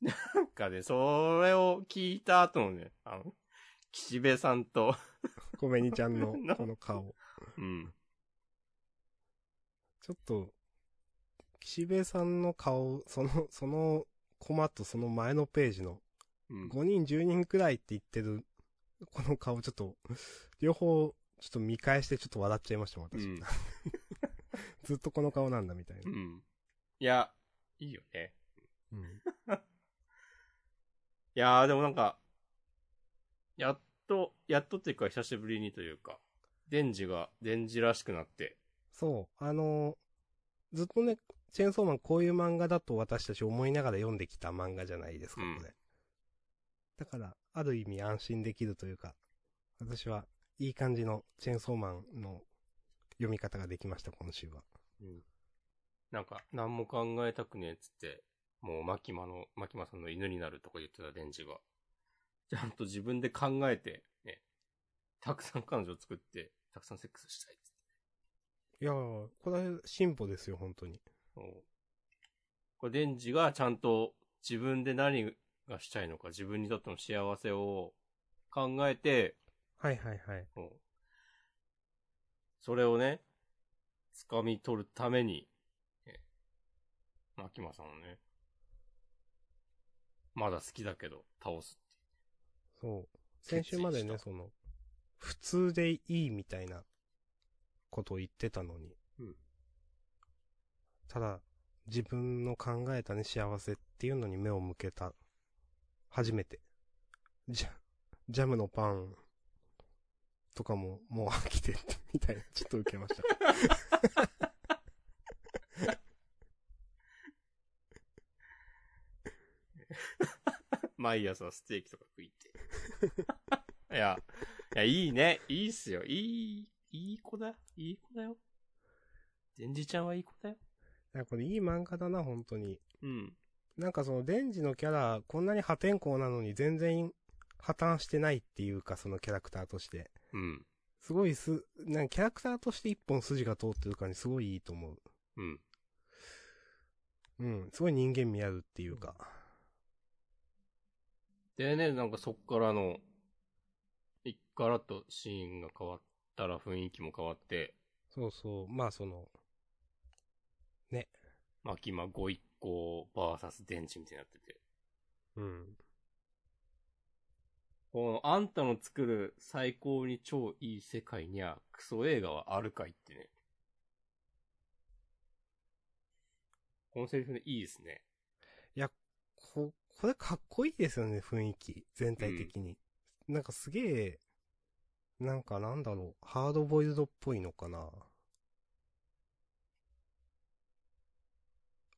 Speaker 1: なんかね、それを聞いた後のね、あの、岸辺さんと、
Speaker 2: ー、コメニちゃんの
Speaker 1: な
Speaker 2: この顔。
Speaker 1: うん。
Speaker 2: ちょっと、岸辺さんの顔、その、その、コマとその前のページの、
Speaker 1: うん
Speaker 2: 5人10人くらいって言ってる、この顔ちょっと、両方、ちょっと見返してちょっと笑っちゃいました、
Speaker 1: う
Speaker 2: 私。
Speaker 1: ん。
Speaker 2: ずっとこの顔なんだ、みたいな
Speaker 1: う。ん。いや、いいよね。
Speaker 2: うん。
Speaker 1: いやー、でもなんか、やっと、やっとっていうか久しぶりにというか、デンジが、デンジらしくなって、
Speaker 2: そう、あのーずっとね、チェーンソーマンこういう漫画だと私たち思いながら読んできた漫画じゃないですか、
Speaker 1: うん
Speaker 2: これ。だから、ある意味安心できるというか、私はいい感じのチェーンソーマンの読み方ができました、今週は。
Speaker 1: なんか、何も考えたくねえっつって、もう、マキマの、マキマさんの犬になるとか言ってたデンジが、ちゃんと自分で考えて、ね、たくさん彼女を作って、たくさんセックスしたいっつって。
Speaker 2: いやー、これは進歩ですよ、本当に。
Speaker 1: そうこれ、デンジがちゃんと自分で何がしたいのか、自分にとっての幸せを考えて、
Speaker 2: はいはいはい。
Speaker 1: うんそれをね、掴み取るために、えマキマさんをね、まだ好きだけど、倒す
Speaker 2: そう。先週までね、
Speaker 1: 決
Speaker 2: その、普通でいいみたいなことを言ってたのに。
Speaker 1: うん
Speaker 2: ただ、自分の考えたね、幸せっていうのに目を向けた。初めて。ジャ、ジャムのパンとかも、もう飽きてって、みたいな、ちょっと受け ました。
Speaker 1: 毎朝ステーキとか食いて。 いや、いや、いいね。いいっすよ。いい、いい子だ。いい子だよ。デンジちゃんはいい子だよ。
Speaker 2: いやこれいい漫画だな、本当に。
Speaker 1: うん。
Speaker 2: なんかその、デンジのキャラ、こんなに破天荒なのに全然破綻してないっていうか、そのキャラクターとして。
Speaker 1: うん。
Speaker 2: すごいす、なんかキャラクターとして一本筋が通ってる感じ、すごいいいと思う。
Speaker 1: うん。
Speaker 2: うん、すごい人間味あるっていうか。
Speaker 1: でね、なんかそっからの、一からとシーンが変わったら雰囲気も変わって、
Speaker 2: そうそう、まあその、
Speaker 1: まきまご一行 VS 電池みたいになってて。
Speaker 2: うん。
Speaker 1: この、あんたの作る最高に超いい世界には、クソ映画はあるかいってね。このセリフね、いいですね。
Speaker 2: こ、これかっこいいですよね、雰囲気。全体的に。なんかすげえ、なんかなんだろう、ハードボイルドっぽいのかな。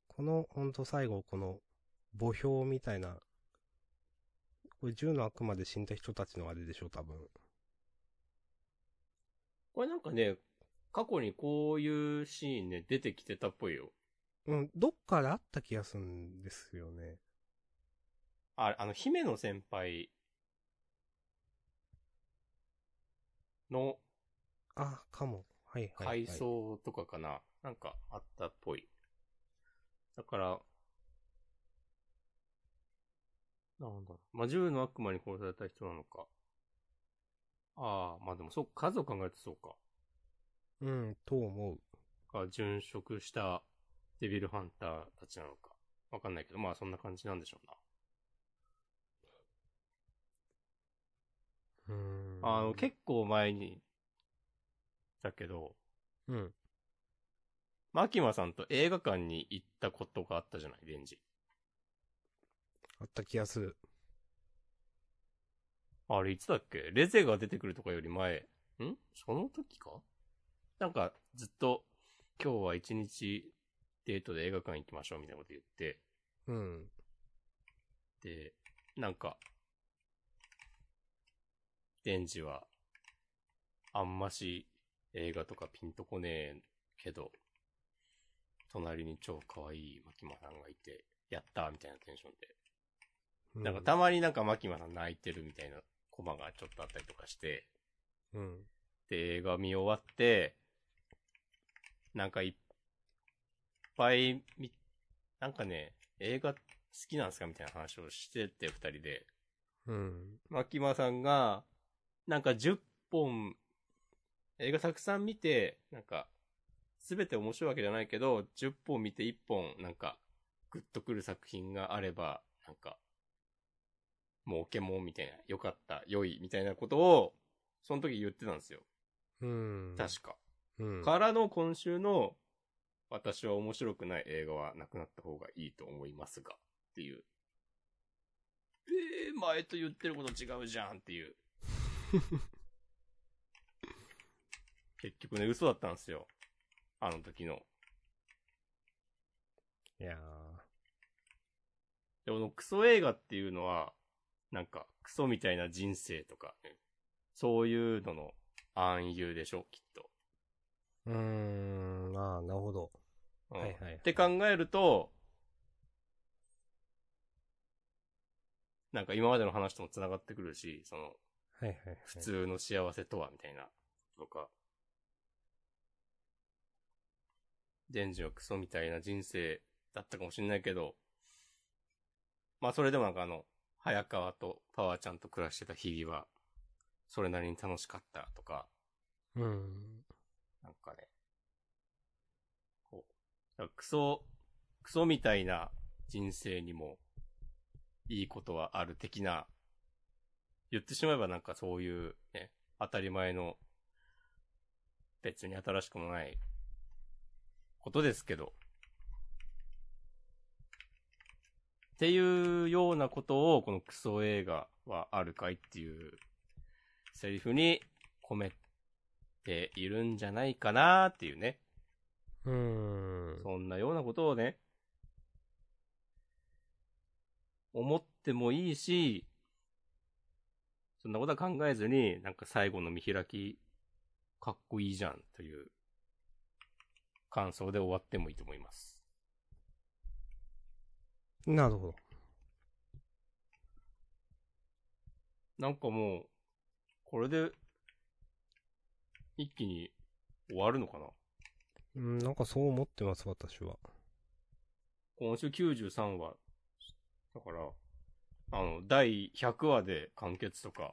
Speaker 2: この、ほんと最後、この、墓標みたいな、これ銃の悪魔で死んだ人たちのあれでしょ、多分。
Speaker 1: これなんかね、過去にこういうシーンね、出てきてたっぽいよ。
Speaker 2: うん、どっかであった気がするんですよね。
Speaker 1: あ、あの、姫野先輩の
Speaker 2: あ、かも。はいはい、はい。
Speaker 1: 回想とかかな、なんかあったっぽい。だから、なんだろう。まあ、銃の悪魔に殺された人なのか。ああ、まあでもそう、数を考えるとそうか。
Speaker 2: うん、と思う。
Speaker 1: が殉職したデビルハンターたちなのか。わかんないけど、まあそんな感じなんでしょうな。
Speaker 2: うん。
Speaker 1: あの、結構前に、だけど、
Speaker 2: うん。
Speaker 1: マキマさんと映画館に行ったことがあったじゃない、レンジ。
Speaker 2: あった気がする。
Speaker 1: あれ、いつだっけレゼが出てくるとかより前。んその時かなんか、ずっと、今日は一日デートで映画館行きましょうみたいなこと言って、
Speaker 2: うん。
Speaker 1: で、なんか、デンジは、あんまし映画とかピンとこねえけど、隣に超可愛いマキマさんがいて、やったーみたいなテンションで。
Speaker 2: う
Speaker 1: なんかたまになんかマキマさん泣いてるみたいなコマがちょっとあったりとかして、
Speaker 2: うん。
Speaker 1: で、映画見終わって、なんかいっぱい見、なんかね、映画好きなんですかみたいな話をしてて、二人で。
Speaker 2: うん。
Speaker 1: 牧間さんが、なんか10本、映画たくさん見て、なんか、すべて面白いわけじゃないけど、10本見て1本、なんか、グッとくる作品があれば、なんか、もうケモンみたいな、良かった、良い、みたいなことを、その時言ってたんですよ。
Speaker 2: うん。
Speaker 1: 確か。
Speaker 2: うん。
Speaker 1: からの今週の、私は面白くない映画はなくなった方がいいと思いますが、っていう。えー、前と言ってること違うじゃんっていう。 結局ね、嘘だったんですよ。あの時の。
Speaker 2: いや
Speaker 1: で、このクソ映画っていうのは、なんか、クソみたいな人生とか、ね、そういうのの暗喩でしょ、きっと。
Speaker 2: ー。うーん。ああ、なるほど。
Speaker 1: うん
Speaker 2: はいはいはい
Speaker 1: って考えると、なんか今までの話とも繋がってくるし、その、
Speaker 2: はいはい、はい。
Speaker 1: 普。通の幸せとは、みたいな、とか。デンジはクソみたいな人生だったかもしれないけど、まあそれでもなんかあの、早川とパワーちゃんと暮らしてた日々は、それなりに楽しかったとか、
Speaker 2: うん。
Speaker 1: なんかね、こう、だからクソ、クソみたいな人生にも、いいことはある的な言ってしまえばなんかそういうね、当たり前の、別に新しくもないことですけど。っていうようなことを、このクソ映画はあるかいっていうセリフに込めているんじゃないかなっていうね。
Speaker 2: うーん。
Speaker 1: そんなようなことをね、思ってもいいし、そんなことは考えずに、なんか最後の見開き、かっこいいじゃんという感想で終わってもいいと思います。
Speaker 2: なるほど。
Speaker 1: なんかもう、これで、一気に終わるのかな
Speaker 2: うん、なんかそう思ってます、私は。
Speaker 1: 今週93話。だから、あの、第100話で完結とか、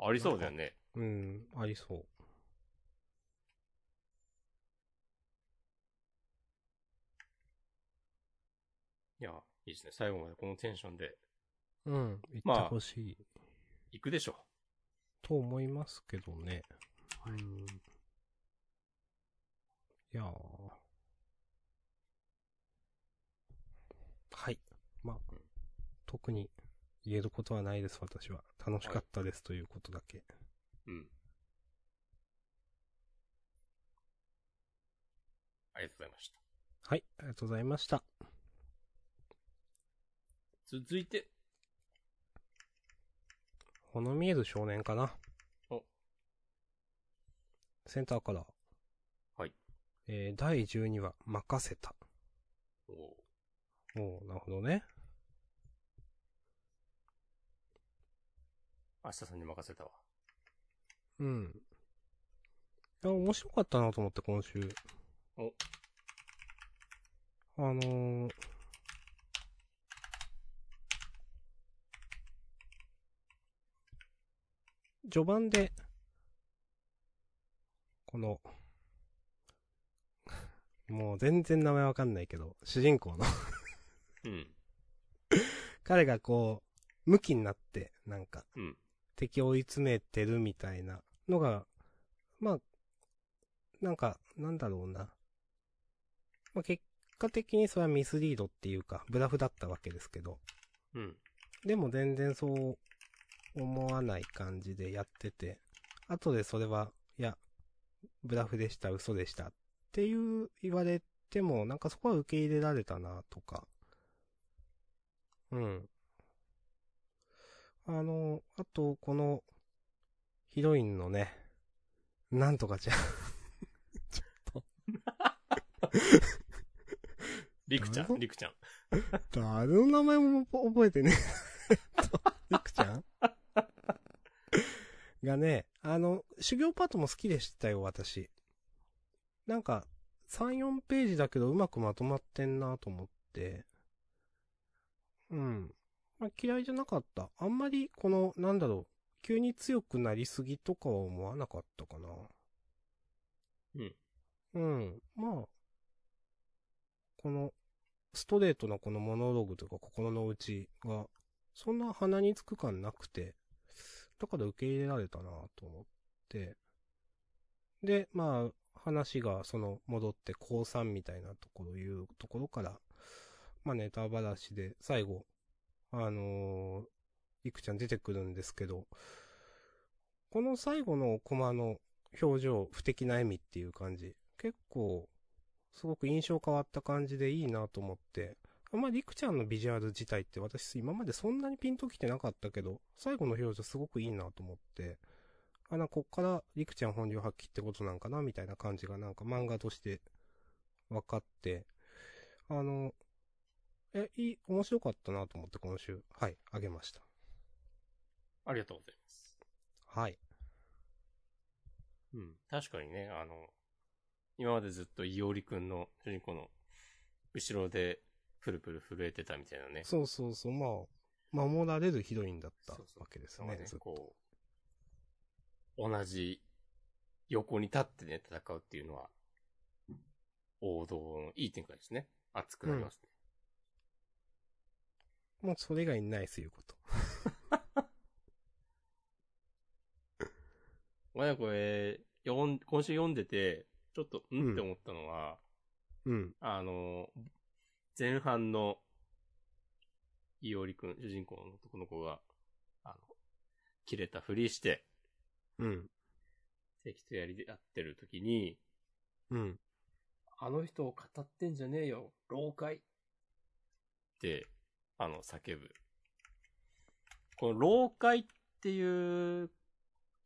Speaker 1: ありそうだよね。
Speaker 2: うん、ありそう。
Speaker 1: いや、いいですね。最後までこのテンションで
Speaker 2: うん、行
Speaker 1: まあ
Speaker 2: ってほしい、
Speaker 1: 行くでしょ。
Speaker 2: と思いますけどね。うん。いやーはい。まあ、特に言えることはないです、私は。楽しかったですということだけ。
Speaker 1: うん。ありがとうございました。
Speaker 2: はい、ありがとうございました。
Speaker 1: 続いて、
Speaker 2: この見える少年かな。
Speaker 1: お
Speaker 2: センターカラー。
Speaker 1: はい。
Speaker 2: えー、第12話、任せた。
Speaker 1: おー
Speaker 2: おー、なるほどね。
Speaker 1: 明日さんに任せたわ。
Speaker 2: うん。いや、面白かったなと思って、今週。
Speaker 1: お
Speaker 2: あのー、序盤で、この、 もう全然名前わかんないけど、主人公の
Speaker 1: うん。
Speaker 2: 彼がこう、向きになって、なんか、
Speaker 1: うん。
Speaker 2: 敵を追い詰めてるみたいなのが、まあ、なんか、なんだろうな。まあ、結果的にそれはミスリードっていうか、ブラフだったわけですけど、
Speaker 1: うん。
Speaker 2: でも全然そう思わない感じでやってて、後でそれは、いや、ブラフでした、嘘でしたっていう言われても、なんかそこは受け入れられたなとか、うん。あの、あと、この、ヒロインのね、なんとかちゃん。
Speaker 1: りくちゃ
Speaker 2: なるほ
Speaker 1: ん、
Speaker 2: ど
Speaker 1: りくちゃん。
Speaker 2: 誰の名前も覚えてね え。りくちゃんがね、あの、修行パートも好きでしたよ、私。なんか、3、4ページだけどうまくまとまってんなと思って。うん。まあ、嫌いじゃなかった。あんまり、この、なんだろう、急に強くなりすぎとかは思わなかったかな。
Speaker 1: うん。
Speaker 2: うん。まあ、この、ストレートなこのモノローグというか心の内が、そんな鼻につく感なくて、だから受け入れられたなと思って。で、まあ、話がその戻って降参みたいなところいうところから、まあネタばらしで最後、あのーいくちゃん出てくるんですけど、この最後のコマの表情、不敵な笑みっていう感じ、結構、すごく印象変わった感じでいいなと思って。あんまりりくちゃんのビジュアル自体って私今までそんなにピンときてなかったけど、最後の表情すごくいいなと思って。あ、なんかこっからりくちゃん本領発揮ってことなんかなみたいな感じがなんか漫画として分かって。あの、え、いい、面白かったなと思って今週、はい、あげました。
Speaker 1: ありがとうございます。
Speaker 2: はい。
Speaker 1: うん。確かにね、あの、今までずっといおりくんの主人公の後ろでプルプル震えてたみたいなね。
Speaker 2: そうそうそう、まあ、守られるヒロインだったわ
Speaker 1: そうそう
Speaker 2: けです
Speaker 1: そうね
Speaker 2: ね。ずっと
Speaker 1: こう、同じ横に立ってね、戦うっていうのは、王道のいい展開ですね。熱くなりますね。
Speaker 2: もうそれ以外にないですいうこと。
Speaker 1: まあね、これ、読ん今週読んでて、ちょっと、うんって思ったのは、
Speaker 2: うん。
Speaker 1: あの、前半の、いおりくん、主人公の男の子が、あの、切れたふりして、
Speaker 2: うん。
Speaker 1: 敵とやり合ってる時に、
Speaker 2: うん。
Speaker 1: あの人を語ってんじゃねえよ、老害って、あの、叫ぶ。この老害っていう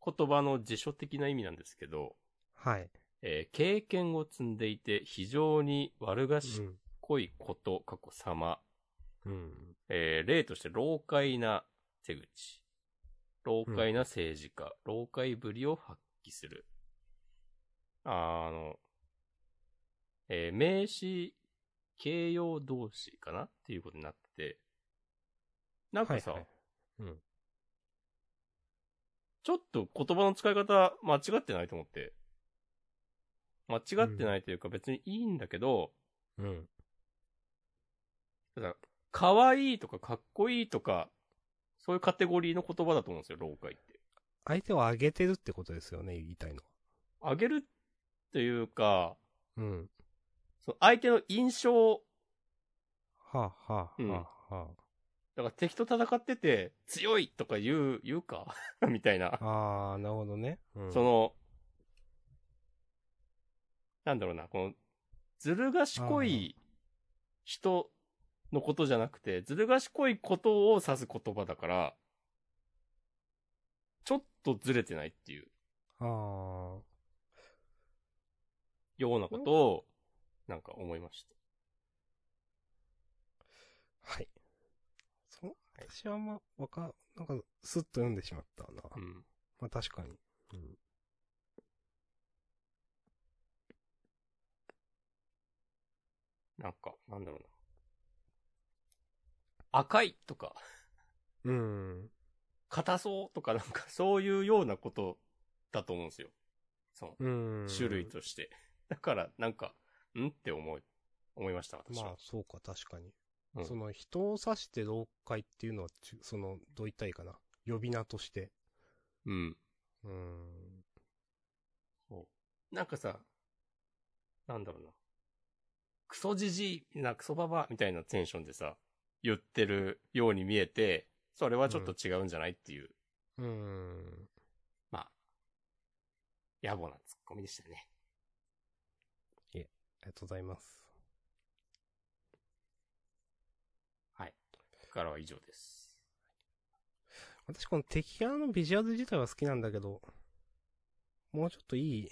Speaker 1: 言葉の辞書的な意味なんですけど、
Speaker 2: はい。
Speaker 1: えー経験を積んでいて非常に悪賢
Speaker 2: ん。
Speaker 1: いこと、過去様。
Speaker 2: うん。
Speaker 1: えー例として老快な手口。老快な政治家。老快ぶりを発揮する。あの、えー名詞、形容動詞かなっていうことになってて。なんかさ、
Speaker 2: はいはいうん
Speaker 1: ちょっと言葉の使い方間違ってないと思って。間違ってないというか別にいいんだけど、
Speaker 2: うん。
Speaker 1: ただ、可愛いとかかっこいいとか、そういうカテゴリーの言葉だと思うんですよ、老害って。
Speaker 2: 相手を上げてるってことですよね、言いたいのは。
Speaker 1: あげるというか、
Speaker 2: うん。
Speaker 1: その相手の印象、
Speaker 2: はあ、はあ、
Speaker 1: うん
Speaker 2: はあ、は
Speaker 1: だから敵と戦ってて、強いとか言う、言うか みたいな。
Speaker 2: あ。あー、なるほどね。うん。
Speaker 1: そ、の、なんだろうな、この、ずる賢い人のことじゃなくて、ずる賢いことを指す言葉だから、ちょっとずれてないっていう
Speaker 2: ああ。
Speaker 1: ようなことを、なんか思いました。
Speaker 2: はい。そう、私はあんま、わか、なんか、スッと読んでしまったな。
Speaker 1: うん。
Speaker 2: まあ確かに。うん。
Speaker 1: なんか、なんだろうな。赤いとか、
Speaker 2: うん。
Speaker 1: 硬そうとか、なんかそういうようなことだと思うんですよ。その、
Speaker 2: うん。
Speaker 1: 種類として。 だから、なんか、んって思い、思いました、私
Speaker 2: まあ
Speaker 1: は。、
Speaker 2: そうか、確かに。
Speaker 1: うん
Speaker 2: その、人を指して老解っていうのはち、その、どう言ったらいいかな。呼び名として。
Speaker 1: うん。
Speaker 2: うん。
Speaker 1: そう。なんかさ、なんだろうな。クソじじい、な、クソババアみたいなテンションでさ、言ってるように見えて、それはちょっと違うんじゃないっていう、
Speaker 2: うん。
Speaker 1: まあ、野暮なツッコミでしたね。
Speaker 2: ありがとうございます。
Speaker 1: 僕からは以上です。
Speaker 2: 私この敵キャラのビジュアル自体は好きなんだけど、もうちょっといい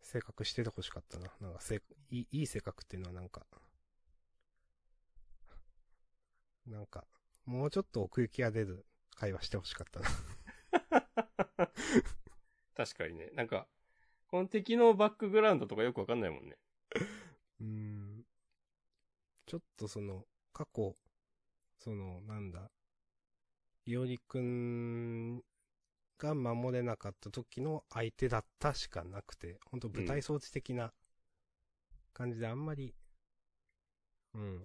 Speaker 2: 性格しててほしかったな。なんかせいい、いい性格っていうのはなんか、なんか、もうちょっと奥行きが出る会話してほしかったな。
Speaker 1: 確かにね。なんか、この敵のバックグラウンドとかよくわかんないもんね。
Speaker 2: うん。ちょっとその、過去、その、なんだ、いおりくんが守れなかった時の相手だったしかなくて、ほんと舞台装置的な感じであんまり、うん。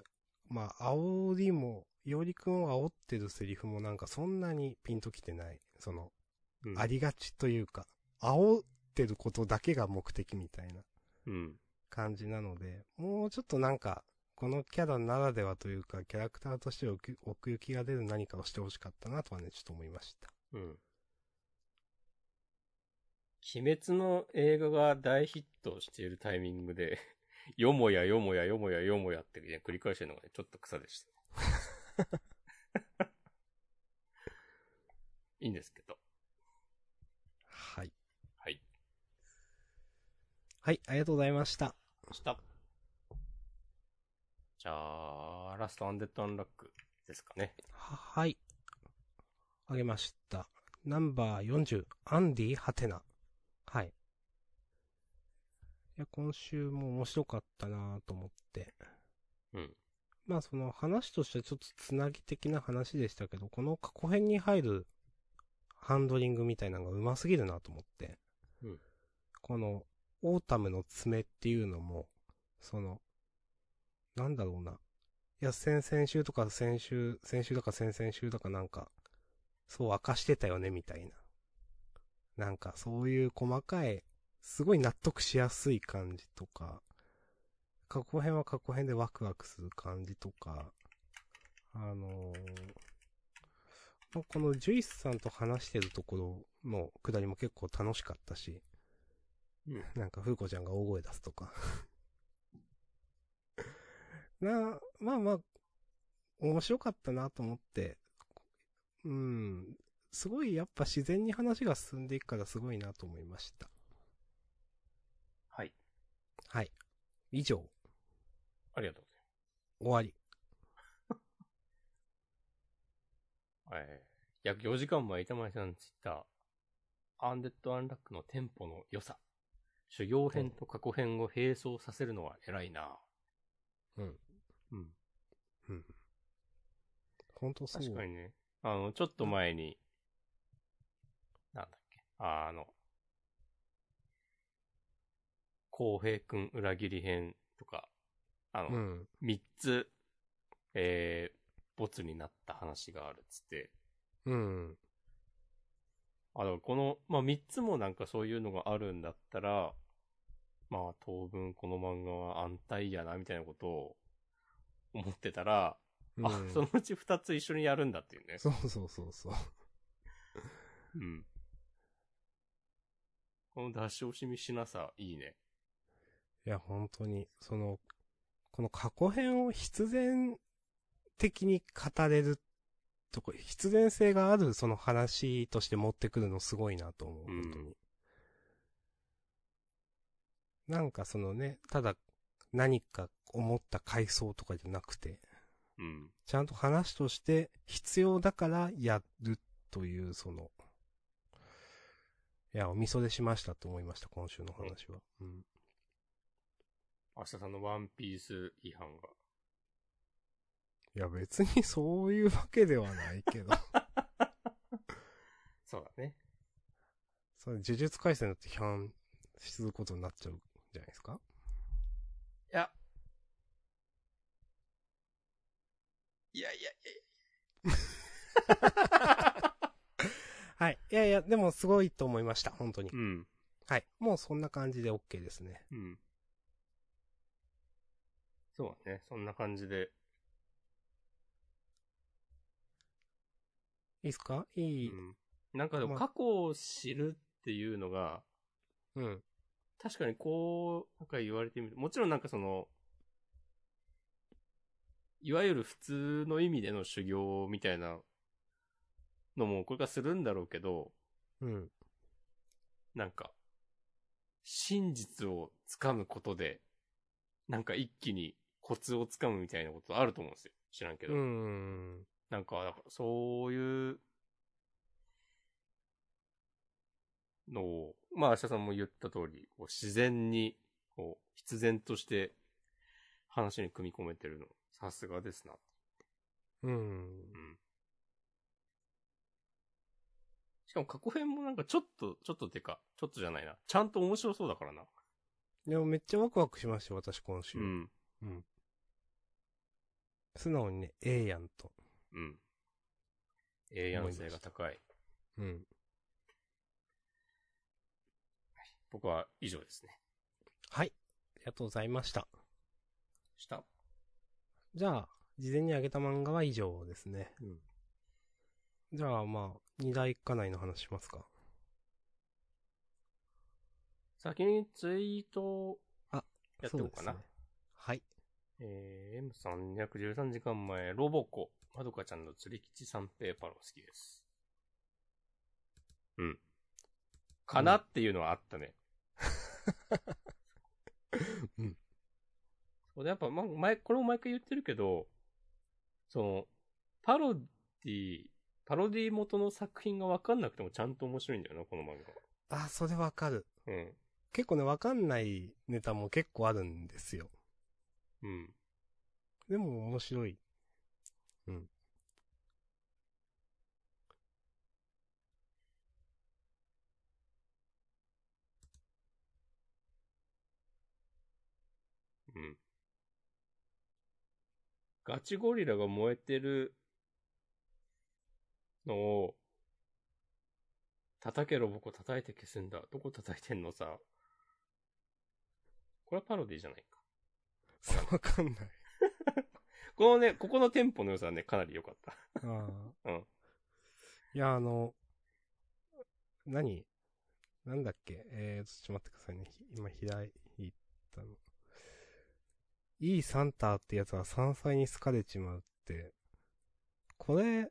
Speaker 2: まあ、煽りも、いおりくんを煽ってるセリフもなんかそんなにピンときてない。その、
Speaker 1: うん
Speaker 2: ありがちというか、煽ってることだけが目的みたいな。
Speaker 1: うん。
Speaker 2: 感じなので、もうちょっとなんか、このキャラならではというか、キャラクターとして奥行奥行きが出る何かをしてほしかったなとはね、ちょっと思いました。
Speaker 1: うん。鬼滅の映画が大ヒットしているタイミングで、 よもやよもやよもやよもやって、ね、繰り返してるのがね、ちょっと草で した。いいんですけど。
Speaker 2: はい。
Speaker 1: はい。
Speaker 2: はい、ありがとうございました。
Speaker 1: した。じゃあ、ラストアンデッドアンラックですかね。
Speaker 2: は、はい。あげました。ナンバー40、アンディ・ハテナ。はい。いや、今週も面白かったなと思って。
Speaker 1: うん。
Speaker 2: まあその話としてはちょっとつなぎ的な話でしたけど、この過去編に入るハンドリングみたいなのが上手すぎるなと思って。
Speaker 1: うん
Speaker 2: この、オータムの爪っていうのも、その、なんだろうな。いや、先々週とか先週、先週だか先々週だかなんか、そう明かしてたよねみたいな。なんかそういう細かい、すごい納得しやすい感じとか、過去編は過去編でワクワクする感じとか、あのーこのジュイスさんと話してるところのくだりも結構楽しかったし、
Speaker 1: うん
Speaker 2: なんか、風子ちゃんが大声出すとか。な、まあまあ、面白かったなと思って、うん、すごいやっぱ自然に話が進んでいくからすごいなと思いました。
Speaker 1: はい。
Speaker 2: はい。以上、
Speaker 1: ありがとう
Speaker 2: 終わり。
Speaker 1: ございます。えー約4時間前、板前さんのツイッター、アンデッド・アンラックのテンポの良さ。修行編と過去編を並走させるのは偉いな。
Speaker 2: うん。
Speaker 1: うん。
Speaker 2: うん。本当そう。
Speaker 1: 確かにね。あの、ちょっと前に、なんだっけ、あの、浩平くん裏切り編とか、あ
Speaker 2: う
Speaker 1: の、
Speaker 2: ん。
Speaker 1: 三つ、えー、ボツになった話があるっつって、
Speaker 2: うん。
Speaker 1: あの、この、まあ、三つもなんかそういうのがあるんだったら、まあ、当分この漫画は安泰やな、みたいなことを思ってたら、あ
Speaker 2: う、ん
Speaker 1: そのうち二つ一緒にやるんだっていうね。
Speaker 2: そうそうそうそう。
Speaker 1: うん。この出し惜しみしなさ、いいね。
Speaker 2: いや、本当に、その、この過去編を必然的に語れるとこ、必然性があるその話として持ってくるのすごいなと思う、
Speaker 1: うん
Speaker 2: 本当に。なんかそのね、ただ何か思った回想とかじゃなくて、
Speaker 1: うん。
Speaker 2: ちゃんと話として必要だからやるという、その、いや、おみそでしましたと思いました、今週の話は。うん。
Speaker 1: 明日さんのワンピース違反が。
Speaker 2: いや、別にそういうわけではないけ ど。
Speaker 1: そうだね。
Speaker 2: それ呪術改戦だって批判することになっちゃうじゃないですか
Speaker 1: いや。いやいやいや。
Speaker 2: はい。いやいや、でもすごいと思いました、本当に
Speaker 1: う。ん。
Speaker 2: はい。もうそんな感じで OK ですね。
Speaker 1: うん。そうだね。そんな感じで。
Speaker 2: いいっすかいい。
Speaker 1: うん、なんかでも
Speaker 2: ま
Speaker 1: 過去を知るっていうのが、
Speaker 2: うん。
Speaker 1: 確かにこう、なんか言われてみる。もちろんなんかその、いわゆる普通の意味での修行みたいなのもこれからするんだろうけど、
Speaker 2: うん。
Speaker 1: なんか、真実をつかむことで、なんか一気にコツをつかむみたいなことあると思うんですよ。知らんけど。
Speaker 2: うん。
Speaker 1: なんか、だからそういうのを、まあ、明日さんも言った通り、こう自然に、こう、必然として話に組み込めてるの、さすがですな。
Speaker 2: うん。
Speaker 1: うん。しかも過去編もなんかちょっと、ちょっとてか、ちょっとじゃないな。ちゃんと面白そうだからな。
Speaker 2: でもめっちゃワクワクしましたよ、私今週。
Speaker 1: うん。
Speaker 2: 素直にね、ええやんと。
Speaker 1: うん。永遠性が高い。
Speaker 2: うん。
Speaker 1: 僕は以上ですね。
Speaker 2: はい。ありがとうございました。
Speaker 1: した
Speaker 2: じゃあ、事前にあげた漫画は以上ですね。
Speaker 1: うん。
Speaker 2: じゃあ、まあ、二大家内の話しますか。
Speaker 1: 先にツイートを
Speaker 2: あ
Speaker 1: やっておこうかな。
Speaker 2: そうですねはい。
Speaker 1: えー、M さん、約13時間前、ロボコ、まどかちゃんの釣り吉三平パロ好きです。うん。かなっていうのはあったね。
Speaker 2: うん。
Speaker 1: そうで、やっぱ、ま、前、これも毎回言ってるけど、その、パロディ、パロディ元の作品がわかんなくてもちゃんと面白いんだよな、この漫
Speaker 2: あ、それわかる。
Speaker 1: 画は。
Speaker 2: 結構ね、わかんないネタも結構あるんですよ。
Speaker 1: うん。うん。
Speaker 2: でも面白い。 うん。
Speaker 1: うん。ガチゴリラが燃えてるのを、叩けロボコ叩いて消すんだ。どこ叩いてんのさ。これはパロディじゃないか。
Speaker 2: わかんない。
Speaker 1: このね、ここのテンポの良さはね、かなり良かった。
Speaker 2: あ
Speaker 1: う
Speaker 2: あ。
Speaker 1: ん
Speaker 2: いや、あの、何なんだっけえー、ちょっと待ってくださいね。ひ今開いたの。いいサンタってやつは山菜に好かれちまうって。これ、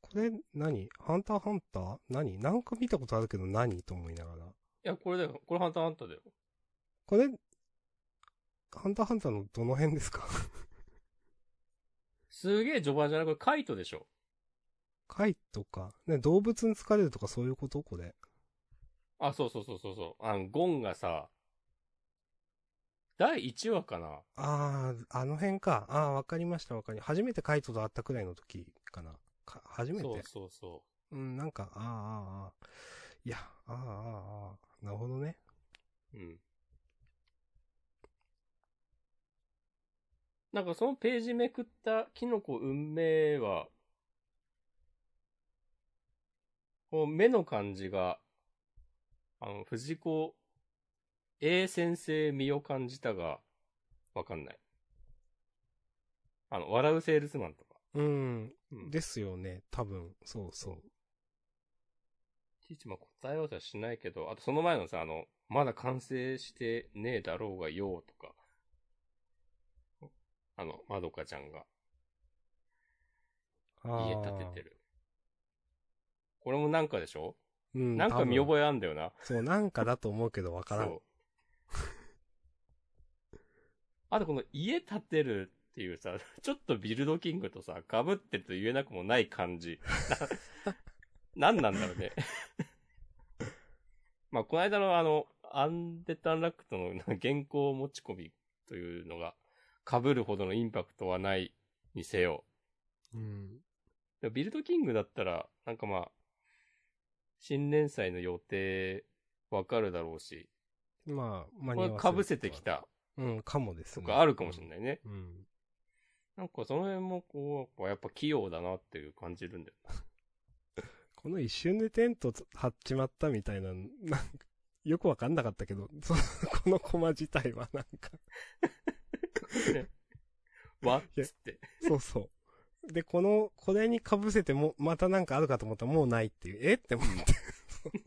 Speaker 2: これ何ハンターハンター何なんか見たことあるけど何と思いながら。
Speaker 1: いや、これだよ。これハンターハンターだよ。
Speaker 2: これ、ハンターハンターのどの辺ですか
Speaker 1: すげえ序盤じゃないこれカイトでしょ。
Speaker 2: 貝とか、ね、動物に疲れるとかそういうことこれ。
Speaker 1: あ、そうそうそうそうそう。あの、ゴンがさ、第1話かな
Speaker 2: ああ、あの辺か。ああ、わかりました、わかり。初めてカイトと会ったくらいの時かな。か初めて。
Speaker 1: そう
Speaker 2: う
Speaker 1: そうそ
Speaker 2: ん、なんか、ああ、ああああ、いや、ああ、ああ、ああ、なるほどね。
Speaker 1: う。うん。なんかそのページめくったキノコ運命は、こう目の感じが、あの、藤子 A 先生身を感じたが、わかんない。あの、笑うセールスマンとか。
Speaker 2: うん、
Speaker 1: うん
Speaker 2: ですよね、多分。そうそう。
Speaker 1: いちいちまあ答え合わせはしないけど、あとその前のさ、あの、まだ完成してねえだろうがよとか、あの、まどかちゃんが
Speaker 2: ああ
Speaker 1: 家建ててる。これもなんかでしょ
Speaker 2: うん、
Speaker 1: なんか見
Speaker 2: え。
Speaker 1: 覚えあんだよな。
Speaker 2: そう、なんかだと思うけどわからん。
Speaker 1: そう。 あとこの家建てるっていうさ、 ちょっとビルドキングとさ、被ってると言えなくもない感じ。 な、なんなんだろうね。 まあ、この間のあの、アンデッド・アンラックトのなんか原稿持ち込みというのが、被るほどのインパクトはないにせよ。
Speaker 2: うん。
Speaker 1: でもビルドキングだったら、なんかまあ、新連載の予定わかるだろうし、
Speaker 2: まあ、間
Speaker 1: こ
Speaker 2: に合
Speaker 1: れ
Speaker 2: わ
Speaker 1: 被せてき
Speaker 2: た。
Speaker 1: た
Speaker 2: うん、かもです
Speaker 1: と
Speaker 2: ね。
Speaker 1: かあるかもしれないね。
Speaker 2: うん。
Speaker 1: なんかその辺もこう、やっぱ器用だなっていう感じるんだよ。
Speaker 2: この一瞬でテント張っちまったみたいな、なんか、よくわかんなかったけど、 そこのコマ自体はなんか、
Speaker 1: わっつって。
Speaker 2: そうそう。で、この、これに被せても、またなんかあるかと思ったらもうないっていう、えって思って。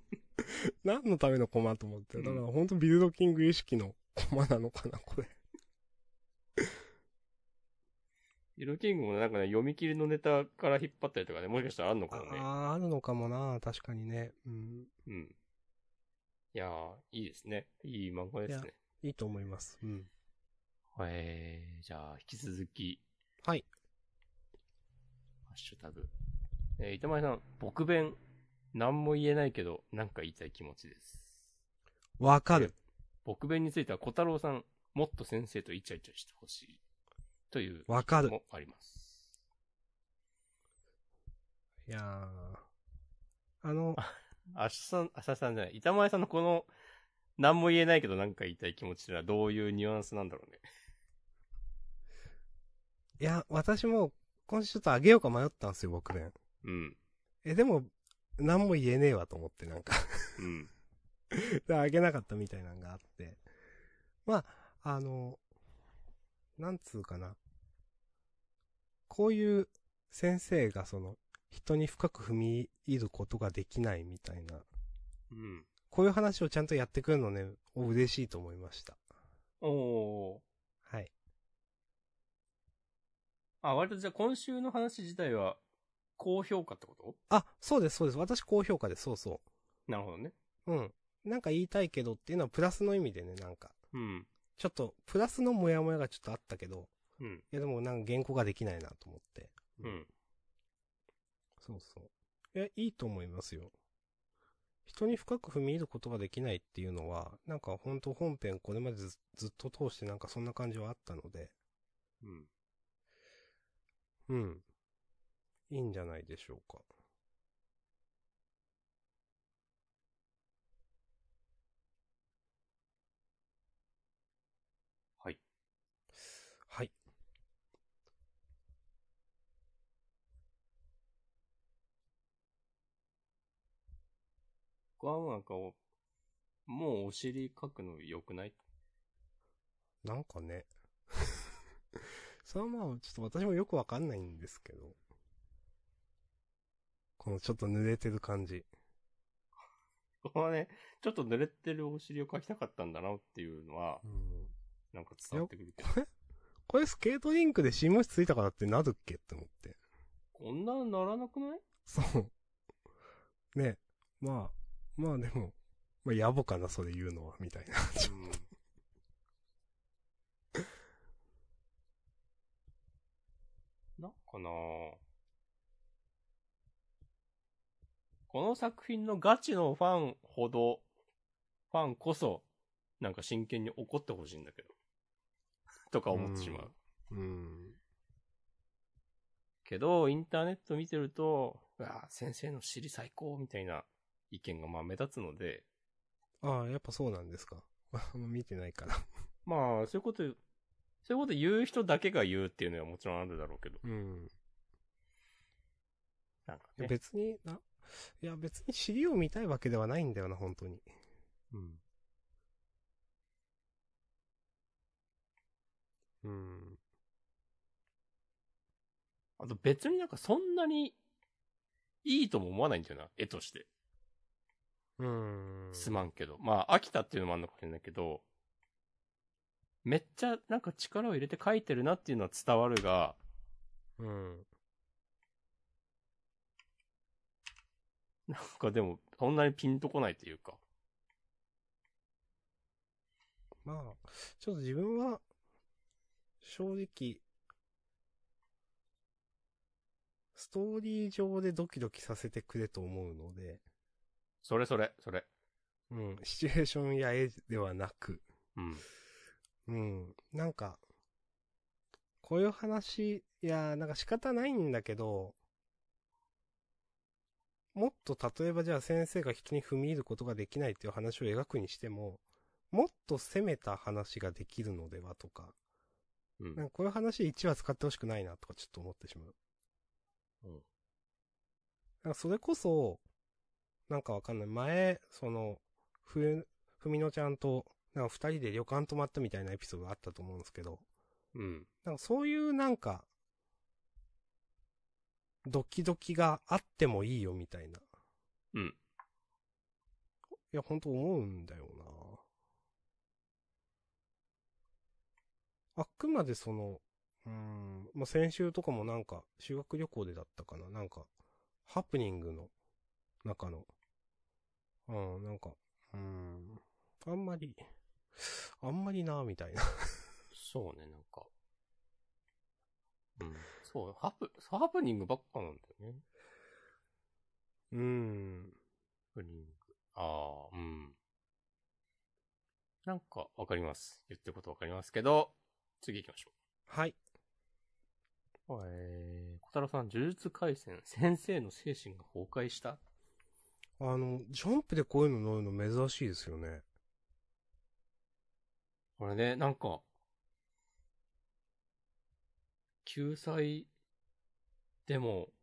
Speaker 2: 何のためのコマと思って。だから
Speaker 1: う
Speaker 2: 本当ビルドキング意識のコマなのかな、これ。
Speaker 1: ヒロキングもなんかね、読み切りのネタから引っ張ったりとかね、もしかしたらあんのか
Speaker 2: あ
Speaker 1: もね。
Speaker 2: あ、あるのかもな、確かにね。うん。
Speaker 1: うん。いやー、いいですね。いい漫画です
Speaker 2: い
Speaker 1: ね。
Speaker 2: いいと思います。うん。
Speaker 1: えー、じゃあ、引き続き、
Speaker 2: はい。
Speaker 1: ハッシュタグ。えー、板前さん、僕弁、なんも言えないけど、なんか言いたい気持ちです。
Speaker 2: わかる。
Speaker 1: 僕弁については、小太郎さん、もっと先生とイチャイチャしてほしい。という、
Speaker 2: わかる。
Speaker 1: もあります。
Speaker 2: いやーあの、
Speaker 1: あしさん、あささんじゃない。板前さんのこの、何も言えないけど何か言いたい気持ちってのはどういうニュアンスなんだろうね。
Speaker 2: いや、私も、今週ちょっとあげようか迷ったんですよ、僕ね。
Speaker 1: うん。
Speaker 2: え、でも、何も言えねえわと思って、なんか。
Speaker 1: うん。
Speaker 2: で、あげなかったみたいなのがあって。まあ、あの、なんつうかな。こういう先生が、その、人に深く踏み入ることができないみたいな、
Speaker 1: うん。
Speaker 2: こういう話をちゃんとやってくるのね、お嬉しいと思いました。
Speaker 1: おー。
Speaker 2: はい。
Speaker 1: あ、割とじゃあ今週の話自体は、高評価ってこと
Speaker 2: あ、そうです、そうです。私高評価です、そうそ
Speaker 1: なるほどね。
Speaker 2: う。うん。なんか言いたいけどっていうのはプラスの意味でね、なんか。
Speaker 1: うん。
Speaker 2: ちょっと、プラスのモヤモヤがちょっとあったけど、
Speaker 1: うん。
Speaker 2: いやでもなんか原稿ができないなと思って。
Speaker 1: うん。
Speaker 2: そうそう。いや、いいと思いますよ。人に深く踏み入ることができないっていうのは、なんか本当本編これまでずずっと通してなんかそんな感じはあったので、
Speaker 1: うん。
Speaker 2: うん。いいんじゃないでしょうか。
Speaker 1: はい。
Speaker 2: はい。
Speaker 1: 僕はなんかお、もうお尻書くの良くない
Speaker 2: なんかね。それはまあ、ちょっと私もよくわかんないんですけど。このちょっと濡れてる感じ。
Speaker 1: ここはね、ちょっと濡れてるお尻を書きたかったんだなっていうのは、
Speaker 2: うん、
Speaker 1: なんか伝わってくるけど。
Speaker 2: これスケートリンクで新聞紙ついたからってなるっけって思って。
Speaker 1: こんなんならなくない
Speaker 2: そう。ね。まあ、まあでも、まあ野暮かな、それ言うのは、みたいな。ちょ
Speaker 1: うん。なんかなぁこの作品のガチのファンほど、ファンこそ、なんか真剣に怒ってほしいんだけど。 とか思ってしまう。
Speaker 2: うんうん。
Speaker 1: けど、インターネット見てると、うわぁ先生の尻最高みたいな意見がまあ目立つので、
Speaker 2: ああ、やっぱそうなんですか。 あんま見てないから。
Speaker 1: まあ、そういうこと、そういうこと言う人だけが言うっていうのはもちろんあるだろうけど。
Speaker 2: うん。
Speaker 1: なんか
Speaker 2: いや
Speaker 1: ね。
Speaker 2: 別にな、いや別に尻を見たいわけではないんだよな、本当に。
Speaker 1: うん。
Speaker 2: うん。
Speaker 1: あと別になんかそんなにいいとも思わないんだよな、絵として。
Speaker 2: うん。
Speaker 1: すまんけど。まあ、飽きたっていうのもあるのかもしれないけど、めっちゃなんか力を入れて描いてるなっていうのは伝わるが、
Speaker 2: うん。
Speaker 1: なんかでも、そんなにピンとこないというか。
Speaker 2: まあ、ちょっと自分は、正直、ストーリー上でドキドキさせてくれと思うので、
Speaker 1: それそれ、それ。
Speaker 2: うん、シチュエーションや絵ではなく、
Speaker 1: うん。
Speaker 2: うん。なんか、こういう話、いやー、なんか仕方ないんだけど、もっと例えばじゃあ先生が人に踏み入ることができないっていう話を描くにしても、もっと攻めた話ができるのではとか、
Speaker 1: う
Speaker 2: なん
Speaker 1: ん。
Speaker 2: かこういう話1話使ってほしくないなとかちょっと思ってしまう。
Speaker 1: うん
Speaker 2: なんかそれこそ、なんかわかんない。前、その、ふ、ふみのちゃんと、なんか二人で旅館泊まったみたいなエピソードがあったと思うんですけど、
Speaker 1: うん。
Speaker 2: なんかそういうなんか、ドキドキがあってもいいよみたいな。
Speaker 1: うん。
Speaker 2: いや、ほんと思うんだよな。あくまでその、うーん、まあ、先週とかもなんか、修学旅行でだったかな。なんか、ハプニングの中の、うん、なんか、うーん、あんまり、あんまりな、みたいな。
Speaker 1: そうね、なんか。うん。そう、ハプ、ハプニングばっかなんだよね。
Speaker 2: うーん。
Speaker 1: ハプニング。ああ、うん。なんか、わかります。言ってることわかりますけど、次行きましょ
Speaker 2: はい。
Speaker 1: う。えー、小太郎さん、呪術回戦、 先生の精神が崩壊した
Speaker 2: あの、ジャンプでこういうの乗るの珍しいですよね。
Speaker 1: これね、なんか、救済でも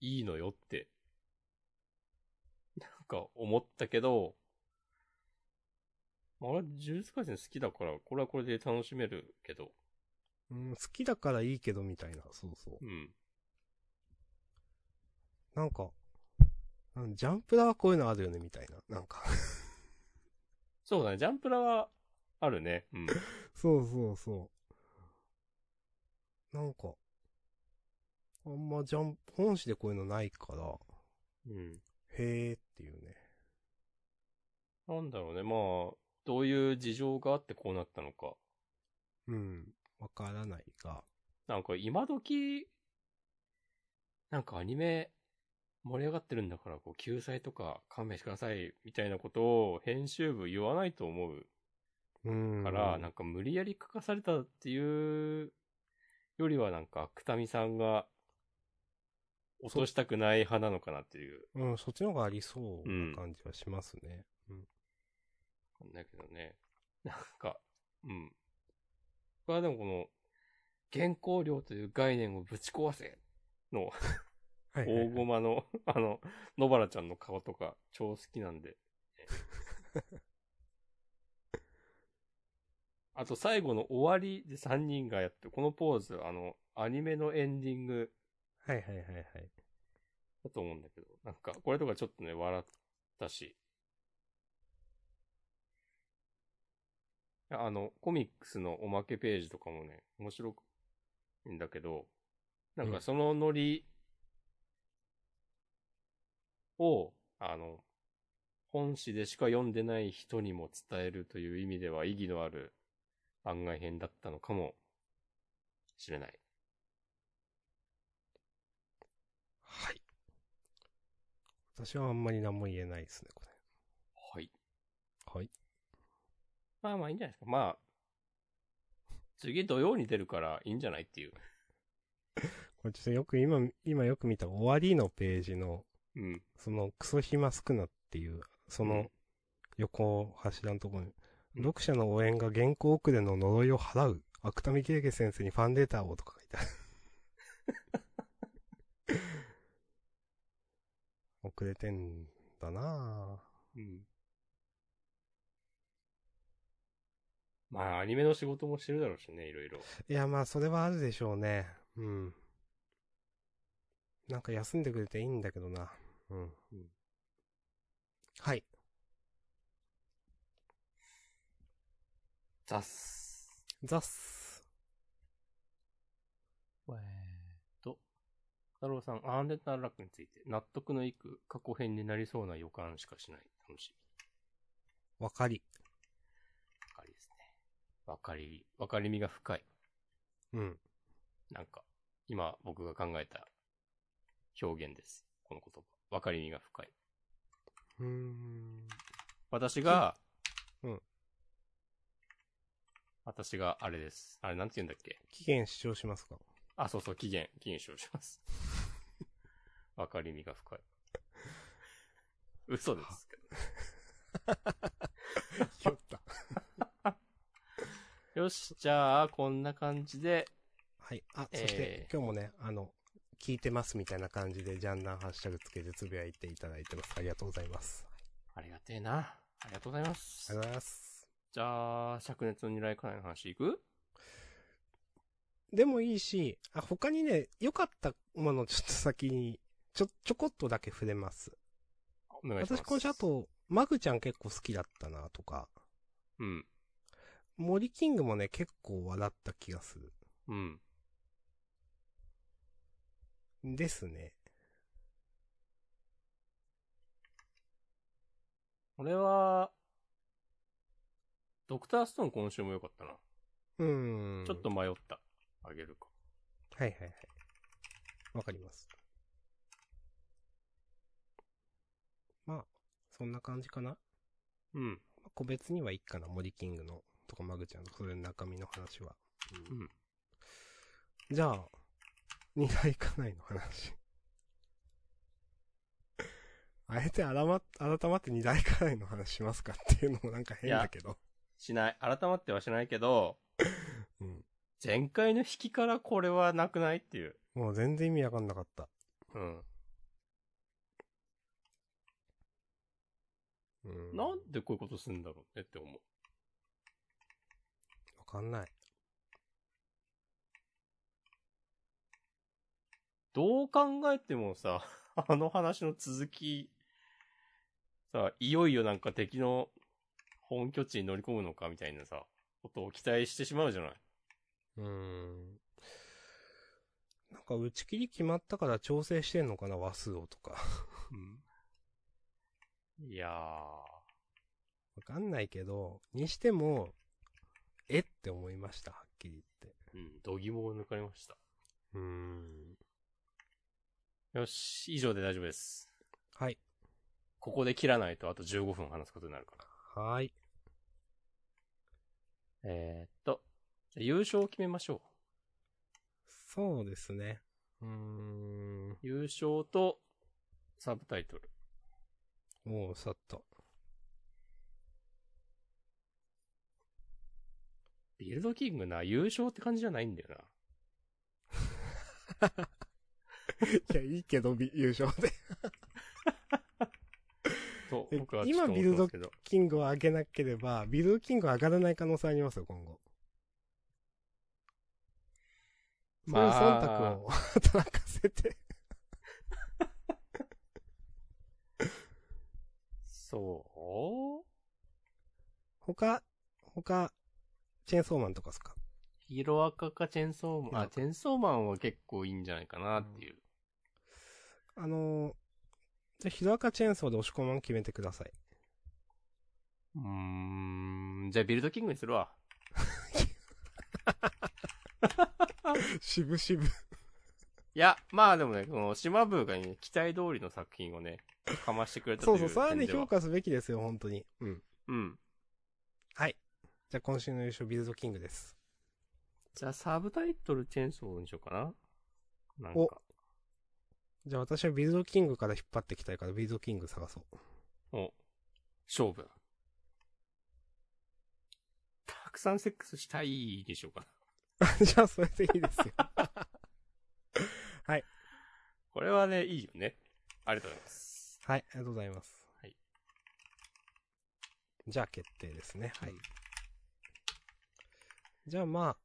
Speaker 1: いいのよって、なんか思ったけど、まあ、俺、呪術回戦好きだから、これはこれで楽しめるけど、
Speaker 2: うん、好きだからいいけどみたいな、そうそう
Speaker 1: う。ん。
Speaker 2: なんか、うんジャンプラはこういうのあるよねみたいな。なんか。
Speaker 1: そうだね、ジャンプラはあるね。うん。
Speaker 2: そうそうそう。なんか、あんまジャンプ、本誌でこういうのないから、
Speaker 1: うん。
Speaker 2: へーっていうね。
Speaker 1: なんだろうね、まあ、どういう事情があってこうなったのか。
Speaker 2: うん。わからないが。
Speaker 1: なんか今時、なんかアニメ盛り上がってるんだから、こう救済とか勘弁してくださいみたいなことを編集部言わないと思う
Speaker 2: うん。
Speaker 1: から、なんか無理やり書かされたっていうよりはなんか芥見さんが落としたくない派なのかなっていう、
Speaker 2: うん、そっちの方がありそうな感じはしますね。
Speaker 1: わかんないけどね。なんか、うん。これはでもこの、原稿料という概念をぶち壊せの
Speaker 2: はいはいはい
Speaker 1: 大駒の、 あの、野原ちゃんの顔とか、超好きなん で。あと、最後の終わりで3人がやってる、このポーズ、あの、アニメのエンディング
Speaker 2: はいはいはいはい。
Speaker 1: だと思うんだけど、なんか、これとかちょっとね、笑ったし。あの、コミックスのおまけページとかもね、面白いんだけど、なん
Speaker 2: う
Speaker 1: か
Speaker 2: ん
Speaker 1: そのノリを、あの、本誌でしか読んでない人にも伝えるという意味では意義のある番外編だったのかもしれない。
Speaker 2: はい。私はあんまり何も言えないですね、こ
Speaker 1: はい。
Speaker 2: れ。はい。
Speaker 1: まあまあいいんじゃないですか。まあ、 次土曜に出るからいいんじゃないっていう。
Speaker 2: これちょっとよく今、今よく見た終わりのページの、
Speaker 1: うん。
Speaker 2: そのクソ暇少なっていう、そ
Speaker 1: うん
Speaker 2: の横柱のところ
Speaker 1: う
Speaker 2: に、
Speaker 1: ん
Speaker 2: 読者の応援が原稿遅れの呪いを払う、芥見慶介先生にファンデーターをとか書いてある。遅れてんだなぁ。
Speaker 1: うん。まあ、アニメの仕事もしてるだろうしね、いろいろ。
Speaker 2: いや、まあ、それはあるでしょうね。うん。なんか休んでくれていいんだけどな。うん。
Speaker 1: うん
Speaker 2: はい。
Speaker 1: ざっす。
Speaker 2: ザッス。
Speaker 1: えーっと、太郎さん、アーネットアンラックについて、納得のいく過去編になりそうな予感しかしない。楽しみ。
Speaker 2: わかり。
Speaker 1: わかりですね。わかり、わかりみが深い。
Speaker 2: うん。
Speaker 1: なんか、今僕が考えた表現です。この言葉。わかりみが深い。
Speaker 2: うーん。
Speaker 1: 私が、
Speaker 2: うん。
Speaker 1: 私があれです。あれなんて言うんだっけ
Speaker 2: 期限主張しますか
Speaker 1: あ、そうそう、期限、期限使用します。 わかりみが深い。嘘ですけど。
Speaker 2: やった。
Speaker 1: よし、じゃあ、こんな感じで、
Speaker 2: はい。あ、
Speaker 1: えー
Speaker 2: そして、今日もね、あの、聞いてますみたいな感じで、ジャンダンハッシュタグつけてつぶやいていただいてます。ありがとうございます。
Speaker 1: ありがてえな。ありがとうございま
Speaker 2: あり
Speaker 1: す
Speaker 2: がとう。ございます。
Speaker 1: じゃあ、灼熱の二来かなの話いく
Speaker 2: でもいいし、あ、他にね、良かったものちょっと先に、ちょ、ちょこっとだけ触れます。
Speaker 1: お願いします。
Speaker 2: 私今週あと、マグちゃん結構好きだったなとか、
Speaker 1: うん。
Speaker 2: 森キングもね、結構笑った気がする。
Speaker 1: うん。
Speaker 2: ですね。
Speaker 1: これは、ドクターストーン今週も良かったな。
Speaker 2: うーん。
Speaker 1: ちょっと。迷った。あげるか。
Speaker 2: はいはいはい。わかります。まあ、そんな感じかな。
Speaker 1: うん。
Speaker 2: 個別にはいいかな、森キングの、とかマグちゃんの、それの中身の話は。
Speaker 1: うん。
Speaker 2: じゃあ、二大家内の話。 あえて改ま、改まって二大家内の話しますかっていうのもなんか変だけど。
Speaker 1: しない。改まってはしないけど、
Speaker 2: うん。
Speaker 1: 前回の引きからこれはなくないっていう。
Speaker 2: もう全然意味わかんなかった。
Speaker 1: うん。
Speaker 2: うん。
Speaker 1: な
Speaker 2: わ
Speaker 1: んでこういうことするんだろうねって思う。
Speaker 2: かんない。
Speaker 1: どう考えてもさ、 あの話の続き、さ、いよいよなんか敵の本拠地に乗り込むのかみたいなさ、ことを期待してしまうじゃない。
Speaker 2: うん。なんか打ち切り決まったから調整してんのかな、話数をとか。
Speaker 1: いやー。
Speaker 2: わかんないけど、にしても、えって思いました、はっきり言って。
Speaker 1: うん、度肝を抜かれました。
Speaker 2: うん。
Speaker 1: よし、以上で大丈夫です。
Speaker 2: はい。
Speaker 1: ここで切らないとあと15分話すことになるから。
Speaker 2: はい。
Speaker 1: えー、っと、じゃあ優勝を決めましょ
Speaker 2: そうですね。うーん。
Speaker 1: う。優勝とサブタイトル。
Speaker 2: もう、さっと。
Speaker 1: ビルドキングな、優勝って感じじゃないんだよな。
Speaker 2: いや、いいけど、び優勝で。
Speaker 1: と
Speaker 2: え、
Speaker 1: 僕はちょっと思ってますけど。
Speaker 2: キングを上げなければ、ビルドキングは上がらない可能性ありますよ、今後。そういう
Speaker 1: ま
Speaker 2: 忖
Speaker 1: あ
Speaker 2: 度を働かせて。
Speaker 1: そう
Speaker 2: 他、他、チェーンソーマンとかですか
Speaker 1: ヒロアカかチェンソーマン。あ、
Speaker 2: ヒ
Speaker 1: チェンソーマンは結構いいんじゃないかなっていう。
Speaker 2: あのー、じゃあヒロアカチェーンソーで押し込まん決めてください。
Speaker 1: うーん、じゃあビルドキングにするわ。
Speaker 2: し ぶしぶ。
Speaker 1: いや、まあでもね、この島ブーがね、期待通りの作品をね、かましてくれたと
Speaker 2: そ
Speaker 1: いう
Speaker 2: うそう、それはね、
Speaker 1: 点では
Speaker 2: 評価すべきですよ、本当に。うん。
Speaker 1: うん。
Speaker 2: はい。じゃあ今週の優勝、ビルドキングです。
Speaker 1: じゃあサブタイトルチェーンソーにしようかな。なんか。
Speaker 2: じゃあ私はビルドキングから引っ張ってきたいから、ビルドキング探そう。
Speaker 1: お、勝負だ。たくさんセックスしたいでしょうか。
Speaker 2: じゃあ、それでいいですよ。
Speaker 1: これはね、いいよね。ありがとうございます。
Speaker 2: はい、ありがとうございます。
Speaker 1: はい。
Speaker 2: じゃあ、決定ですね。はい
Speaker 1: うん。
Speaker 2: じゃあ、まあ、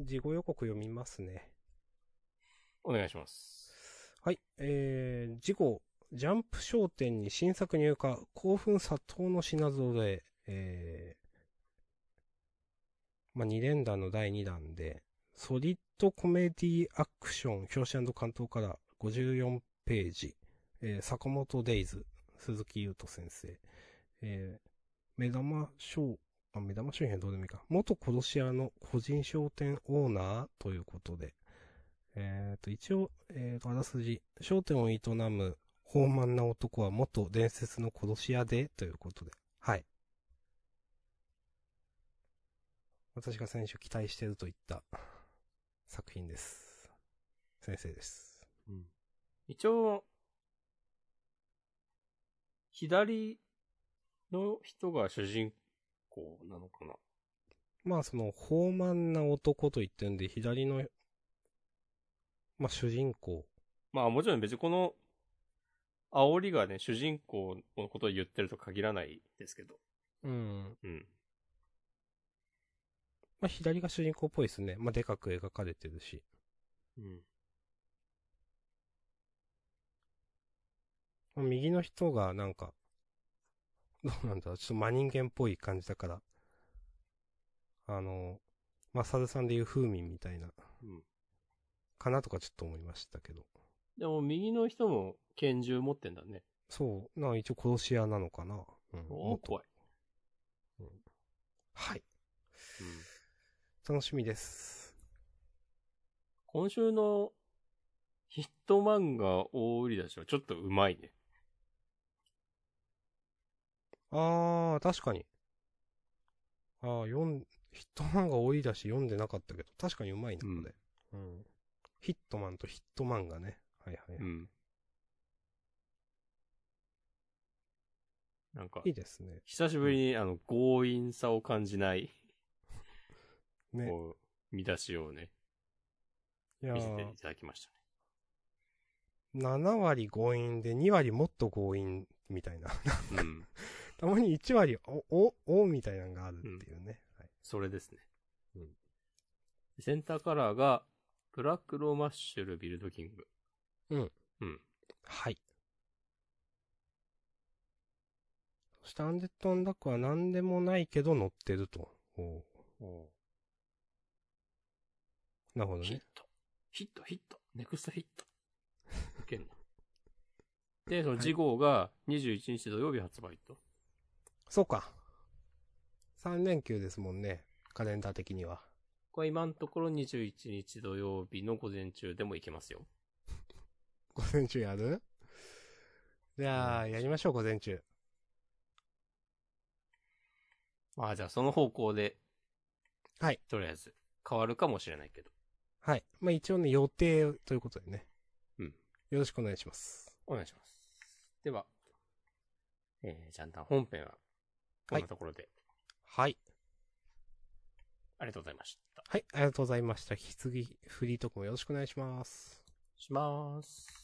Speaker 2: 事後予告読みますね。
Speaker 1: お願いします。
Speaker 2: はい、えー、事後、ジャンプ商店に新作入荷、興奮殺到の品揃え、えー、まあ、2連弾の第2弾で、ソリッドコメディアクション、表紙関東から54ページ、えー坂本デイズ、鈴木優斗先生、えー、目玉商、あ、目玉商品はどうでもいいか、元殺し屋の個人商店オーナーということで、えっ、と、一応、えっ、と、あらすじ、商店を営む傲慢な男は元伝説の殺し屋で、ということで。はい。私が先週期待してると言った作品です。先生です。
Speaker 1: 一応、左の人が主人公なのかな。
Speaker 2: まあ、その、傲慢な男と言ってんで、左の、まあ、主人公。
Speaker 1: まあもちろん別にこの、煽りがね、主人公のことを言ってると限らないですけど。
Speaker 2: うん。
Speaker 1: うん。
Speaker 2: まあ、左が主人公っぽいですね。まあ、でかく描かれてるし。
Speaker 1: うん。
Speaker 2: 右の人がなんか、どうなんだろう、ちょっと真人間っぽい感じだから、あの、まさるさんでいう風味みたいな、
Speaker 1: うん。
Speaker 2: かなとかちょっと思いましたけど。
Speaker 1: でも右の人も拳銃持ってんだね。
Speaker 2: そう、な、一応殺し屋なのかな。うん、
Speaker 1: おお、
Speaker 2: 元
Speaker 1: 怖い。
Speaker 2: はい。
Speaker 1: うん。
Speaker 2: 楽しみです。
Speaker 1: 今週のヒット漫画大売り出しはちょっとうまいね。
Speaker 2: あー、確かに。あー、読ん、ヒットマンが多いだし読んでなかったけど、確かにうまいな、
Speaker 1: うん
Speaker 2: これ。うん。ヒットマンとヒットマンがね。はいはい。はい
Speaker 1: ん。なんか
Speaker 2: い、いですね。
Speaker 1: 久しぶりにあの、強引さを感じない、
Speaker 2: ね。
Speaker 1: こう、見出しをね、
Speaker 2: いや
Speaker 1: 見
Speaker 2: ー
Speaker 1: せていただきましたね。
Speaker 2: 7割強引で2割もっと強引みたいな。
Speaker 1: うん。
Speaker 2: たまに1割、お、お、おみたいなのがあるっていうね。はい
Speaker 1: それですね。
Speaker 2: うん
Speaker 1: センターカラーが、ブラックローマッシュルビルドキング。
Speaker 2: はい。そしてアンデッド・アンダックは何でもないけど乗ってると。おうなるほど
Speaker 1: ヒッ
Speaker 2: ね。
Speaker 1: ト。ヒット、ヒット。ネクストヒット。いけんな。で、その
Speaker 2: はい
Speaker 1: 次号が21日土曜日発売と。
Speaker 2: そうか。3連休ですもんね。カレンダー的には。
Speaker 1: これ今のところ21日土曜日の午前中でもいけますよ。
Speaker 2: 午前中やるじゃあ、やりましょう、午前中。
Speaker 1: まあじゃあその方向で。
Speaker 2: はい。
Speaker 1: とりあえず、変わるかもしれないけど。
Speaker 2: はい。まあ一応ね、予定ということでね。
Speaker 1: うん。
Speaker 2: よろしくお願いします。
Speaker 1: お願いします。では、えー、ジャンダン本編は、こんなところで、
Speaker 2: はい。
Speaker 1: ありがとうございました。
Speaker 2: はい、ありがとうございました。引き継ぎ、フリートークもよろしくお願いします。
Speaker 1: します。